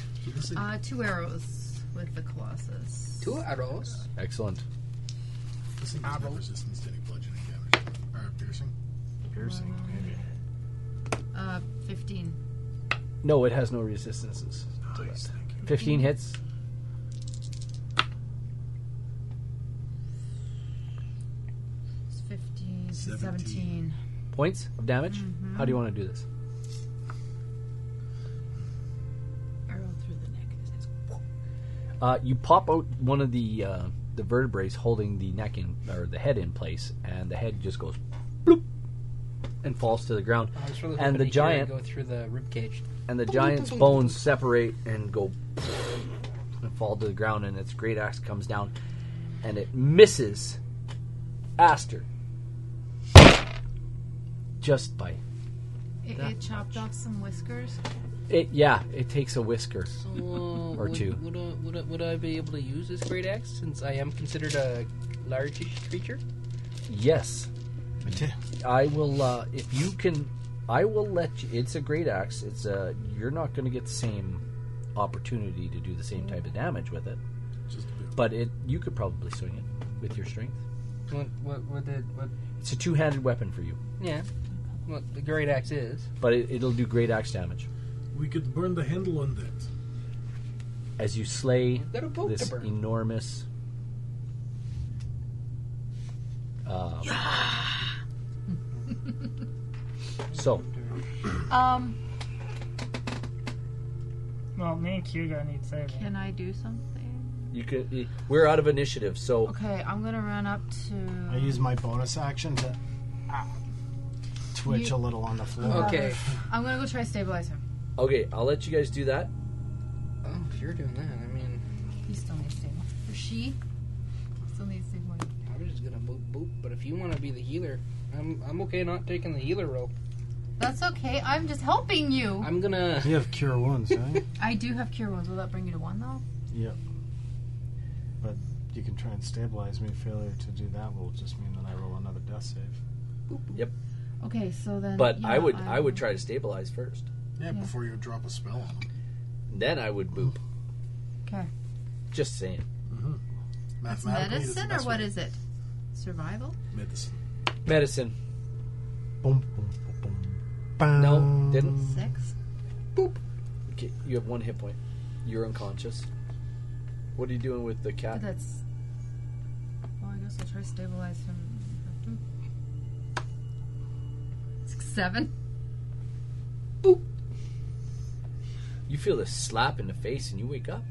Uh, two arrows with the Colossus.
Two arrows.
Excellent.
This thing has no resistance to any bludgeoning damage. Or piercing.
Piercing, maybe.
Uh, 15.
No, it has no resistances. to that. Fifteen hits.
It's 15. it's 17.
Seventeen.
points of damage. How do you want to do this?
Arrow through the neck. It says,
Uh, you pop out one of the uh, the vertebrae holding the neck in or the head in place, and the head just goes bloop and falls to the ground.
I was really hoping
and the
to hear it
giant
go through the rib cage.
and the giant's bones separate and go and fall to the ground, and its great axe comes down and it misses Aster just by
It,
That
it chopped off some whiskers.
it. Yeah, it takes a whisker or
would,
two.
Would, I- would, I- would I be able to use this great axe since I am considered a largish creature?
Yes. I will. Uh, if you can, I will let you. It's a great axe. It's a. You're not going to get the same opportunity to do the same type of damage with it.
Just a bit.
But it, you could probably swing it with your strength.
What what what did what?
It's a two-handed weapon for you,
Yeah, what the great axe is.
but it, it'll do great axe damage
We could burn the handle on that.
as you slay
Got a boat to
this
burn.
enormous. Um, so
Um,
Well, me and Q gotta need saving.
can I do something?
you could. We're out of initiative, so
Okay, I'm gonna run up
I
to.
use my bonus action to ah, twitch
You-
a little on the floor.
Okay.
I'm gonna go try to stabilize him.
okay, I'll let you guys do that.
Oh, if you're doing that, I mean,
He still needs stabilizing. Or she still needs stabilizing.
I'm just gonna boop boop. But if you want to be the healer, I'm I'm okay not taking the healer role.
That's okay. I'm just helping you.
I'm gonna.
You have cure wounds, right?
I do have cure wounds. Will that bring you to one though?
yep. But you can try and stabilize me. Failure to do that will just mean that I roll another death save.
Okay, so then.
But
yeah,
I would
I'm-
I would try to stabilize first.
Yeah,
Yeah.
before you drop a spell on them.
Then I would boop.
Okay.
Just saying.
That's
Mathematically, that's the
medicine or
best
what
way.
is it? Survival?
Medicine.
Medicine.
Boom, boom, boom, boom. Bam.
No, didn't.
Six?
Okay, you have one hit point. You're unconscious. What are you doing with the
But
cat?
that's. Well, I guess I'll try to stabilize him. Six, seven?
You feel a slap in the face and you wake up.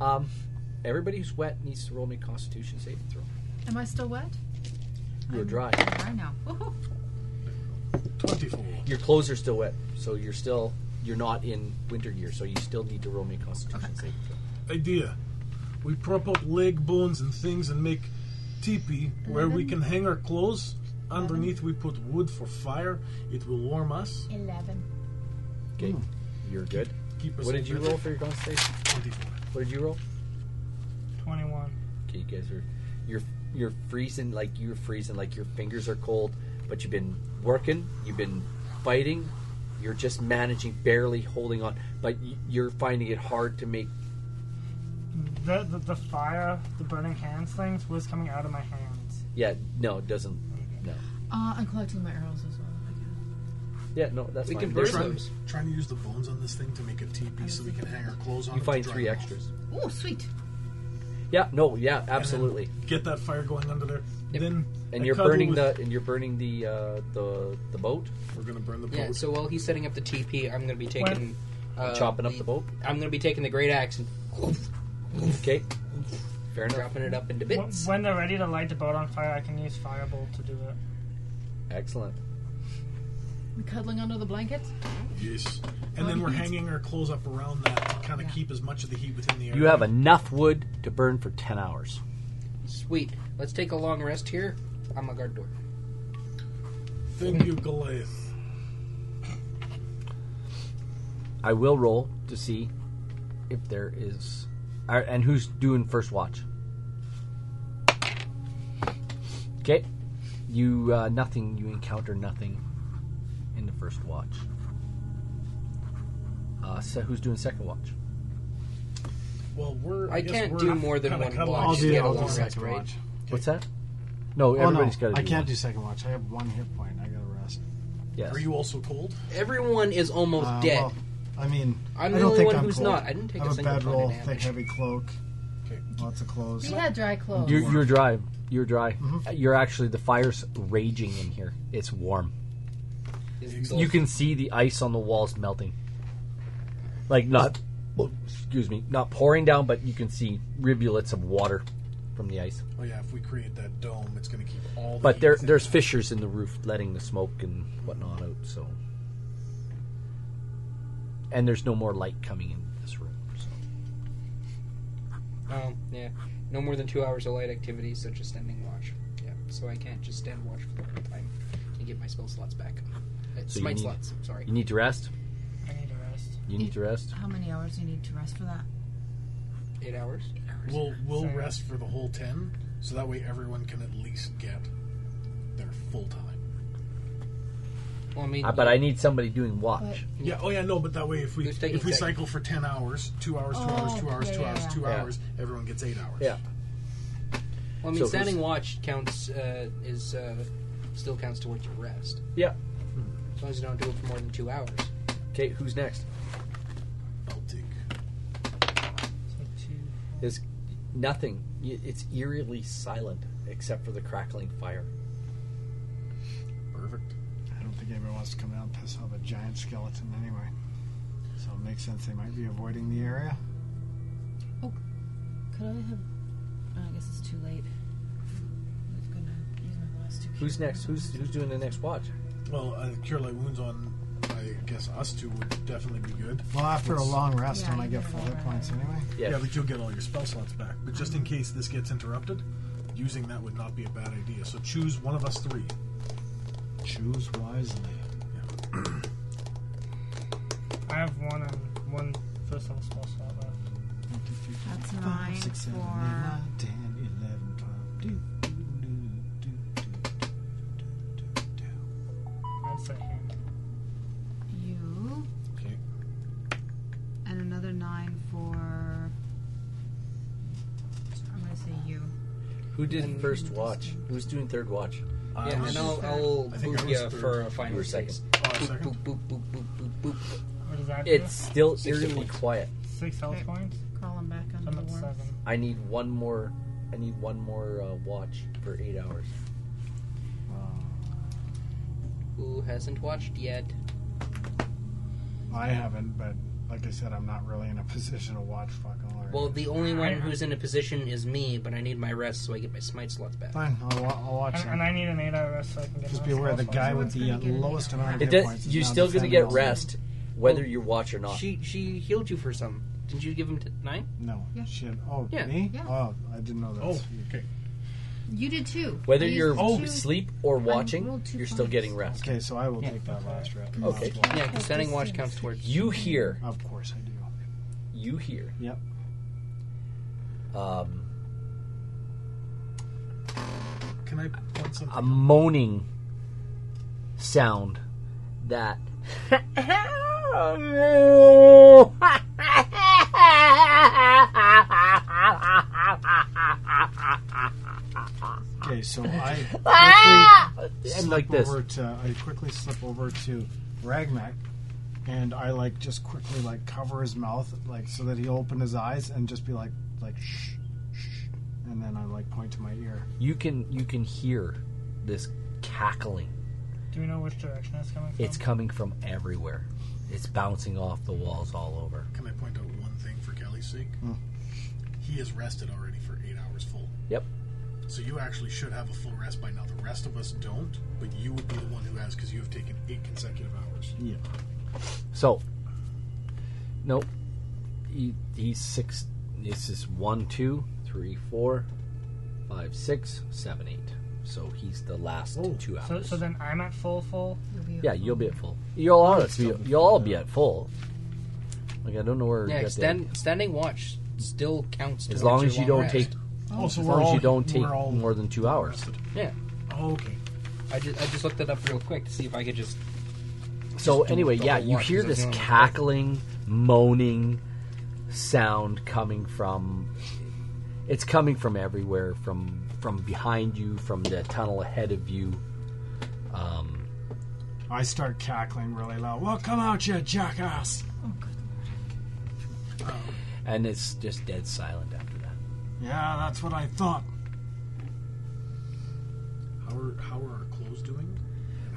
Um, everybody who's wet needs to roll me a Constitution saving throw.
Am I still wet?
You're dry.
I know. Woohoo.
24.
Your clothes are still wet, so you're still you're not in winter gear, so you still need to roll me a Constitution saving throw.
Idea. We prop up leg bones and things and make teepee where
Mm-hmm.
we can hang our clothes. Underneath, we put wood for fire. It will warm us.
Eleven.
Okay, you're good.
Keep us
What did you
better.
roll for your Constitution?
24.
What did you roll?
Twenty-one.
Okay, you guys are you're you're freezing like you're freezing like your fingers are cold, but you've been working, you've been fighting, you're just managing, barely holding on, but y- you're finding it hard to make.
The, the the fire, the burning hands things was coming out of my hands.
Yeah, no, it doesn't. No,
Uh, I'm collecting my arrows as well. if I can.
yeah, no, that's
We
fine.
can
There's
burn
some-
them.
Trying, trying to use the bones on this thing to make a teepee so we can hang our clothes on.
You
it to
find
dry
three
them off.
extras.
Oh, sweet.
Yeah, no, yeah,
And then
absolutely.
Get that fire going under there. Then
And
I
you're
cuddle
burning
with-
the and you're burning the uh, the the boat,
We're gonna burn the boat.
Yeah. So while he's setting up the TP, I'm gonna be taking. Uh,
chopping up the boat.
I'm gonna be taking the great axe and
Okay, fair enough.
dropping it up into
Wh-
bits.
When they're ready to light the boat on fire, I can use firebolt to do it.
Excellent.
We're cuddling under the blankets.
Yes. And then we're hanging our clothes up around that to kind of keep as much of the heat within the area.
You have enough wood to burn for 10 hours.
Sweet. Let's take a long rest here. I'm a guard door.
Thank you, Goliath.
I will roll to see if there is. all right, And who's doing first watch? Okay. You, uh, nothing, you encounter nothing in the first watch. Uh, so who's doing second watch?
Well, we're.
I
guess
can't
we're
do more than
kinda
one
cuddling.
watch
I'll
to
do-
get a
I'll do
long rest,
second
right?
watch.
What's that? No,
Oh,
everybody's got to
I can't do second watch. I have one hit point. I gotta rest.
Yes.
Are you also cold?
Everyone is almost
Uh,
dead.
well, I mean,
I'm
I
the
don't
only
think
one
I'm
who's
cold.
not. I didn't take
I
a
have a
single
bad
point of
roll,
damage.
thick, heavy cloak, lots of clothes.
We had dry clothes.
You're, you're dry. You're dry.
Mm-hmm.
You're actually the fire's raging in here. It's warm. You can see the ice on the walls melting. Like not, excuse me, not pouring down, but you can see rivulets of water from the ice.
Oh yeah, if we create that dome, it's going to keep all. The
But
heat
there,
within
there's fissures in the roof, letting the smoke and whatnot out. So, and there's no more light coming into this room. So.
Um, yeah. No more than two hours of light activity, so just standing watch. Yeah. So I can't just stand watch for the whole time and get my spell slots back. Uh,
So you
smite
need-
slots. Sorry.
You need to rest.
I need to rest.
You need to rest.
How many hours do you need to rest for that?
Eight hours.
We'll we'll rest for the whole ten, so that way everyone can at least get their full time.
Well, I mean,
Uh, but I need somebody doing watch.
Yeah. Oh yeah. No, but that way, if we
Who's taking
if we
second?
cycle for ten hours, two hours, two hours,
Oh,
two hours,
yeah,
two
yeah,
hours,
yeah.
two
Yeah.
hours, everyone gets eight hours.
Yeah.
Well, I mean,
So who's-
standing watch counts uh, is uh, still counts towards your rest.
Yeah.
As long as you don't do it for more than two hours.
Okay, who's next?
Baltic.
There's nothing. Y- It's eerily silent except for the crackling fire.
Perfect.
I don't think anybody wants to come down and piss off a giant skeleton anyway. So it makes sense they might be avoiding the area.
Could I have? I guess it's too late. I was gonna use my last two.
Who's next? Who's who's doing the next watch?
Well, uh, cure light wounds on, I guess us two would definitely be good.
Well, after a
Let's-
long rest, when I get full hit points anyway.
Yeah. but you'll get all your spell slots back. But just in case this gets interrupted, using that would not be a bad idea. So choose one of us three.
Choose wisely.
I have one and one first level spell slot left.
That's
Five,
mine
six, seven, eight,
for-
nine, 10, 11, 12. Do, do, do, do, do, do, do, do.
One second.
You
Okay.
and another nine for. I'm gonna say you.
Who did first watch? Who's doing third watch?
I
yeah,
Um,
was-
and I'll, I'll
I think I
boop
was
you
third.
for a final
You were
second.
second.
Oh,
Boop,
second?
boop, boop, boop, boop, boop, boop.
What does that do?
It's still
Six hit
eerily
points.
quiet.
Six health
Okay.
points.
Crawl him back under
I'm
the
at
warmth.
seven.
I need one more. I need one more uh, watch for eight hours.
Who hasn't watched yet?
I haven't, but like I said, I'm not really in a position to watch fucking all right.
Well, the only one who's in a position is me, but I need my rest so I get my smite slots back.
Fine, I'll, wa- I'll watch
And,
it.
and I need an eight hour rest so I can get.
Just
my
be aware
spell
the
slots
guy
back.
with the uh, lowest amount of
It
hit
does.
points is
You're
now
still going to
defending
get
all- Oh,
rest, whether
Well,
you watch or not.
She she healed you for some. Didn't you give him t- nine?
No.
Yeah.
Shit. Oh,
Yeah.
me?
Yeah.
Oh, I didn't know that.
Oh, okay.
You did too.
Whether
You
you're
used two-
asleep or watching,
rolled two
you're still
fives.
getting rest.
Okay, so I will take that last rep.
Okay.
Yeah, because standing watch counts towards.
You hear.
Of course I do.
You hear.
Yep.
Um,
Can I point something?
a moaning sound that
Okay, so I quickly
And
slip
like this.
over to I quickly slip over to Ragmac, and I like just quickly like cover his mouth like so that he'll open his eyes and just be like like shh, shh, and then I like point to my ear.
you can you can hear this cackling
Do we know which direction it's coming from?
it's coming from everywhere it's bouncing off the walls all over
Can I point
Hmm.
out one thing for Kelly's sake? He has rested already for eight hours full.
Yep.
So you actually should have a full rest by now. The rest of us don't, but you would be the one who has because you have taken eight consecutive hours.
Oh,
Yeah.
So, nope. He, he's six. This is one, two, three, four, five, six, seven, eight. So he's the last two
Oh, So,
hours.
so then I'm at full full.
yeah, you'll be at full. You'll all be. You'll all be at full. Like I don't know where.
Yeah,
you got that.
extend, standing watch still counts.
As
towards
long
your
as you
long
don't
rest.
take. as long as you don't take more than two hours.
Yeah.
Oh, okay.
I just, I just looked it up real quick to see if I could just.
So
just do
anyway,
the
yeah,
whole
you
watch,
hear
'cause
this
I was doing it.
cackling, moaning sound coming from it's coming from everywhere, from from behind you, from the tunnel ahead of you. Um,
I start cackling really loud. Well, come out, you jackass!
Oh,
and it's just dead silent after that.
Yeah, that's what I thought.
How are how are our clothes doing?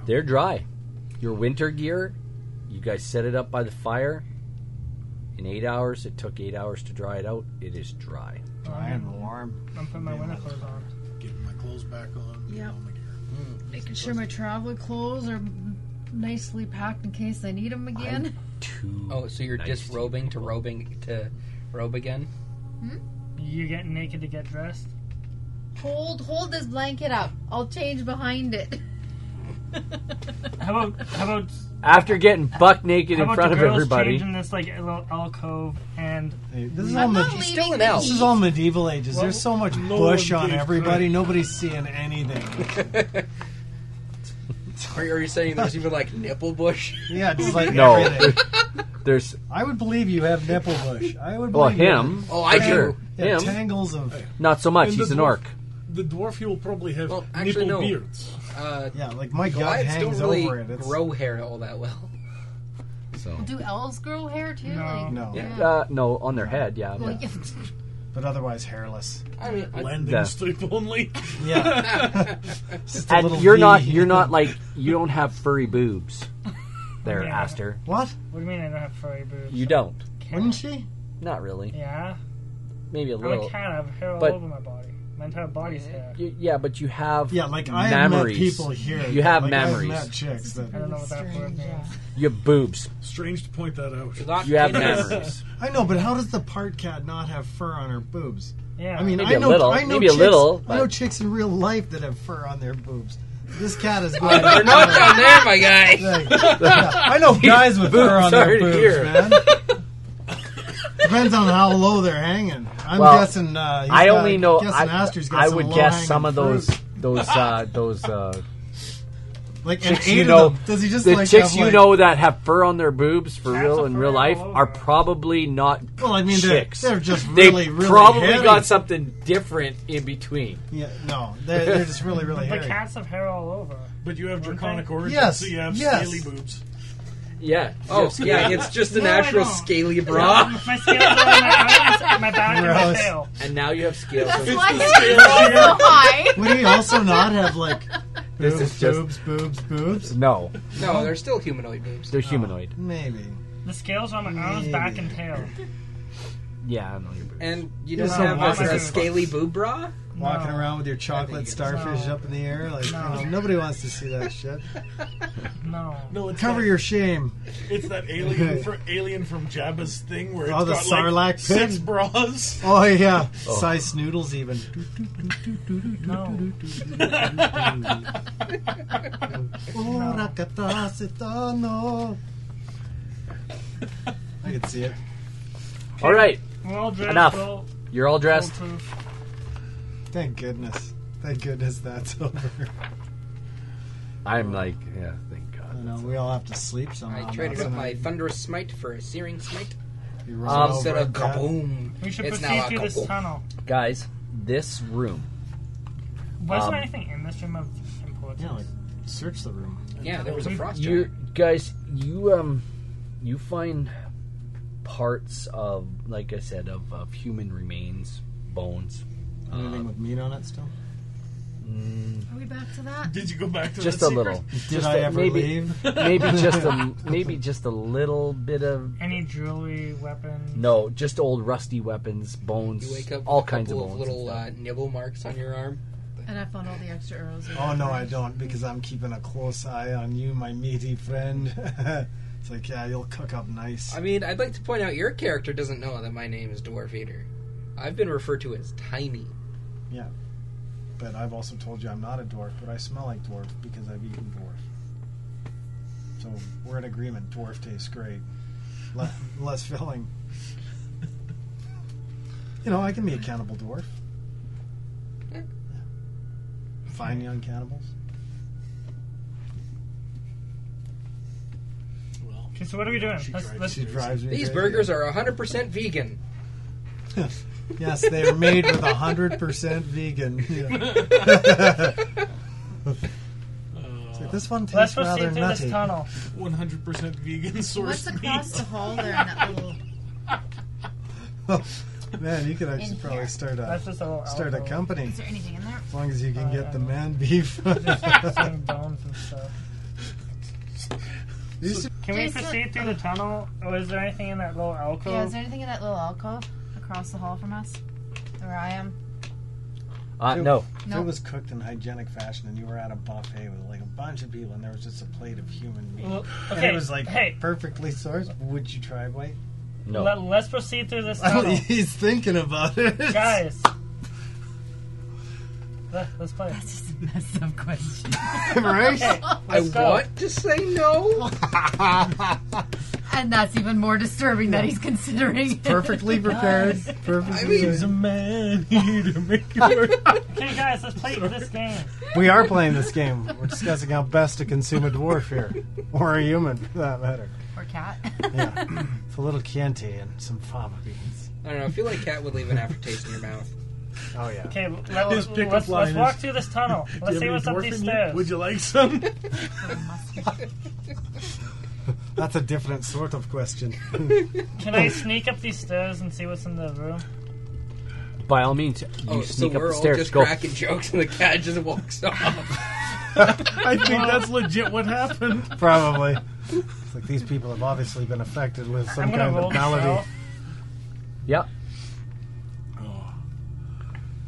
They're dry. Your winter gear, you guys set it up by the fire. In eight hours, it took eight hours to dry it out. It is dry.
Dry and warm.
I'm putting my winter clothes on.
Getting my clothes back on.
Yep. Making sure my travel clothes are nicely packed in case I need them again.
Oh, so you're disrobing to robing to robe again?
You get naked to get dressed.
Hold, hold this blanket up. I'll change behind it.
How about how about
After getting buck naked
how
in
about
front
the
of
girls
everybody,
change in this like little alcove and
This is all med- This is all medieval ages. There's so much
no
bush
one
on
gave
everybody.
credit.
Nobody's seeing anything.
Are you, are you saying there's even like nipple bush?
Yeah, it's like
no,
everything.
there's
I would believe you have nipple bush. I would.
Well,
believe you have-
him.
Oh, I
Yeah,
do.
yeah,
Him.
Tangles of.
not so much.
And
He's
the
an
dwarf-
orc.
The dwarf you will probably have
Well,
nipple
actually, no.
beards.
Uh,
Yeah, like my gut
Goliaths
hangs
don't really
over it. It's,
grow hair all that well.
So
Do elves grow hair too? No. Like,
No.
Yeah.
Uh, no, on their head, yeah.
Well,
but-
yeah.
but otherwise hairless.
I mean, I-
Landing
Yeah.
strip only.
Yeah. Just a
And
little
you're
V.
not you're not like you don't have furry boobs there,
Yeah.
Aster.
What?
what do you mean I don't have furry boobs?
You don't.
Wouldn't she?
Not really.
Yeah.
Maybe a
I'm a
little.
cat. I have hair all
but-
over my body. My entire body's hair.
You- yeah, but you have
Yeah, like I have met
memories.
people here.
You have
like,
memories.
I've met chicks
I
that.
don't know what that word means.
You have boobs.
Strange to point that out.
You have memories.
I know, but how does the part cat not have fur on her boobs?
Yeah.
I mean,
Maybe
I
a
know,
little,
I know
maybe a
chicks,
little,
I know
but-
chicks in real life that have fur on their boobs. This cat is going.
They're not down there, my guy.
Like, yeah, I know guys with fur on their
Sorry to
boobs,
hear.
man. Depends on how low they're hanging. I'm
Well,
guessing. Uh, he's
I
got-
only know.
Guessing
I,
Astor's got
I
some
would
low-hanging
guess some of
fruit.
those those uh, those uh,
like and
chicks
eight
you
of
know.
them. Does he just
the
like
chicks
have,
you
like-
know that have fur on their boobs for
Cats
real
have
in
fur
real
all
life
over.
are probably not
Well, I mean, they're,
chicks.
they're just
They
really, really.
probably
hairy.
got something different in between.
Yeah, no, they're, they're just really, really
But
hairy.
cats have hair all over.
But you have draconic
thing-
origins,
Yes,
so you have
yes.
scaly boobs.
Yeah.
Oh, yeah, it's just a
No, I
natural
don't.
scaly bra.
My scales are on my eyes, my back, and my
Gross.
tail.
And now you have scales.
Why is it so high?
Would he also not have like
This
boobs,
is just-
boobs, boobs, boobs?
no,
No, they're still humanoid boobs.
they're humanoid.
Maybe.
The scales are on my arms, back, and tail.
Yeah, I know your boobs.
And you
You're
don't
so
have
wise.
like, a scaly boob bra?
Walking
No.
around with your
I
chocolate
think
starfish
No.
up in the air, like you
No.
know, nobody wants to see that shit.
No.
No, it's
Cover
that,
your shame.
It's that alien fr- alien from Jabba's thing where it's
Oh, the
got
Sarlacc
like six
pit.
bras.
Oh yeah, size noodles even.
No.
Ora katasitano. I can see it.
All right,
We're all dressed.
Enough.
We're all
you're all dressed.
foolproof.
Thank goodness. Thank goodness that's over.
I'm like, yeah, thank
I
God.
know we all have to sleep
Oh,
I
somehow.
traded
now,
up
so
my
now
thunderous smite for a searing smite.
you roll
Um,
over
Instead of
a cat.
kaboom.
We should
It's
proceed
now a
through this
couple.
tunnel.
Guys, this room.
Was
Um,
there anything in this room of importance?
Yeah, like search the room.
Yeah, there was a frost
You
giant.
guys, you um, you find parts of, like I said, of, of human remains, bones. uh,
Anything with meat on it still?
Are we back to that?
Did you go back to
Just
that
a
secret?
little.
Did
just
I
a-
ever
maybe,
leave?
maybe just a maybe just a little bit of
Any jewelry, weapons?
no, just old rusty weapons, bones,
You wake up with
all
a
kinds of
couple
bones. and
little
stuff.
uh, nibble marks on your arm.
something.
And I found all the extra arrows.
Oh no, I don't, because I'm keeping a close eye on you, my meaty friend. it's like, yeah, you'll cook up nice.
I mean, I'd like to point out your character doesn't know that my name is Dwarf Eater. I've been referred to as Tiny.
Yeah, but I've also told you I'm not a dwarf, but I smell like dwarf because I've eaten dwarf. So we're in agreement. Dwarf tastes great, Le- less filling. You know, I can be a cannibal dwarf.
Yeah.
Fine young cannibals.
Okay, so what are we doing?
She
let's
drives-
let's
she drives me
These
crazy.
burgers are 100% vegan.
Yes, they are made with 100% vegan. Yeah. It's like, this one tastes
Let's
rather
proceed through
nutty.
this tunnel.
100% vegan source.
What's across the hall there in that little?
Oh, Man, you could
In
actually probably
here.
start a
That's just a little
start a
alcove.
company
Is there anything in there?
as long as you can
Uh,
get
I
the
don't know.
man beef.
Just some bones and stuff.
These-
Can we
Jason-
proceed through the tunnel? Or is there anything in that little alcove?
Yeah, is there anything in that little alcove across the hall from us, where I am?
Uh, no.
If
No.
it was cooked in hygienic fashion and you were at a buffet with like a bunch of people and there was just a plate of human meat
Well,
and
okay,
it was like
hey.
perfectly sourced, would you try white?
No.
Let, let's proceed through this tunnel.
He's thinking about it.
Guys. Let, let's play.
That's just a messed up question.
right?
Okay,
I
let's go.
want to say no.
And that's even more disturbing that he's considering. it.
Perfectly prepared. Perfectly.
He's a man eater. Make it work.
Okay, guys, let's play this game.
We are playing this game. We're discussing how best to consume a dwarf here, or a human for that matter.
Or cat.
Yeah, it's a little Chianti and some fava beans.
I don't know. I feel like cat would leave an aftertaste in your mouth.
Oh yeah.
Okay, let,
His pickup
let's,
line
let's
is,
walk through this tunnel.
Do
Let's
you
see
have
what's
any
up
dwarf
these
in you?
stairs.
Would you like some?
That's a different sort of question.
Can I sneak up these stairs and see what's in the room?
By all means, you
Oh, so
sneak up
we're
the
all
stairs.
just
Go.
cracking jokes and the cat just walks off.
I think that's legit what happened.
Probably. It's like these people have obviously been affected with some
I'm gonna
kind
roll
of
myself.
malady.
Yeah.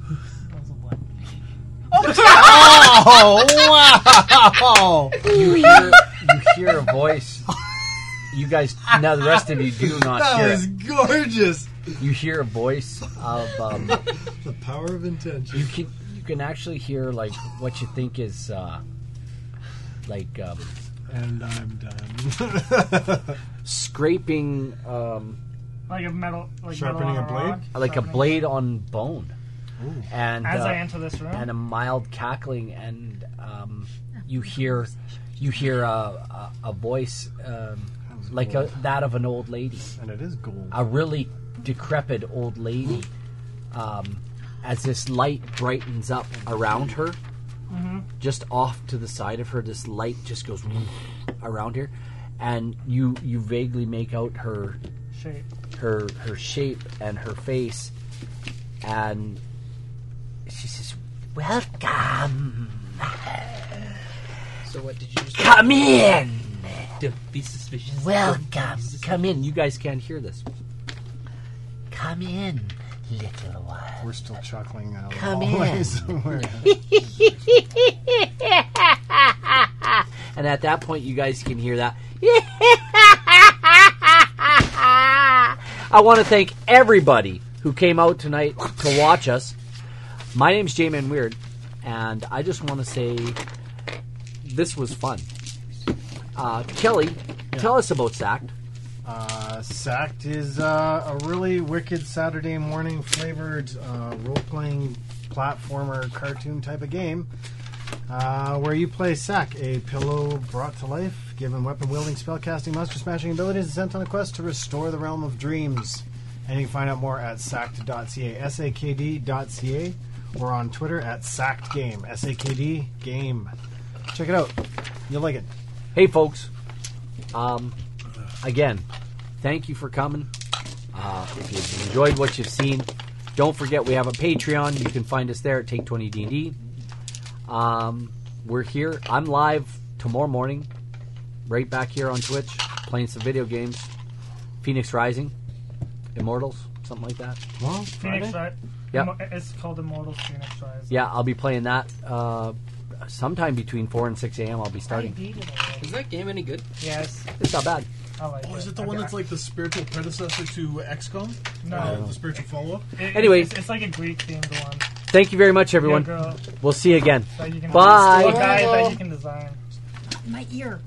Oh wow!
You hear, you hear a voice. You guys, now the rest of you do not
That
hear
was
it.
gorgeous.
You hear a voice of. Um,
The power of intention.
you can you can actually hear like what you think is uh, like um,
And I'm done.
scraping um,
Like a metal, like
Sharpening
metal
a blade?
rock.
like a
Sharpening-
blade on bone. And
As
uh,
I enter this room,
and a mild cackling, and um, you hear you hear a, a, a voice um, like a, that of an old lady,
and it is gold.
a really decrepit old lady. Um, as this light brightens up around her, just off to the side of her, this light just goes around her, and you you vaguely make out her
shape.
her her shape and her face, and she says, "Welcome,
so what did you just
come in,
Don't be suspicious.
welcome, come in." You guys can't hear this. Come in, little one.
We're still chuckling out of the
Come
hallway
in.
somewhere.
And at that point, you guys can hear that. I want to thank everybody who came out tonight to watch us. My name's J-Man Weird, and I just want to say this was fun. Uh, Kelly, tell us about Sacked.
Uh, Sacked is uh, a really wicked Saturday morning flavored uh, role playing platformer cartoon type of game uh, where you play Sack, a pillow brought to life, given weapon wielding, spellcasting, monster smashing abilities, and sent on a quest to restore the realm of dreams. And you can find out more at sacked.ca, S A K D.ca, or on Twitter at sacked game, S A K D game. Check it out. You'll like it.
Hey, folks. Um, again, thank you for coming. Uh, if you've enjoyed what you've seen, don't forget we have a Patreon. You can find us there at Take Twenty D&D. Um, we're here. I'm live tomorrow morning, right back here on Twitch, playing some video games. Phoenix Rising, Immortals, something like that.
Well,
Phoenix, right?
Yep.
Immo- It's called Immortal Phoenix Rise.
Yeah, I'll be playing that uh, sometime between 4 and 6 a.m. I'll be starting.
Is that game any good?
Yes.
It's not bad.
I like
oh, is it the one that's like the spiritual predecessor to XCOM?
No.
Uh, the spiritual follow-up.
It-
Anyway.
it's, it's like a Greek themed one.
Thank you very much, everyone.
Yeah, girl.
we'll see you again.
That you can
Bye.
Guys that you can design.
My ear.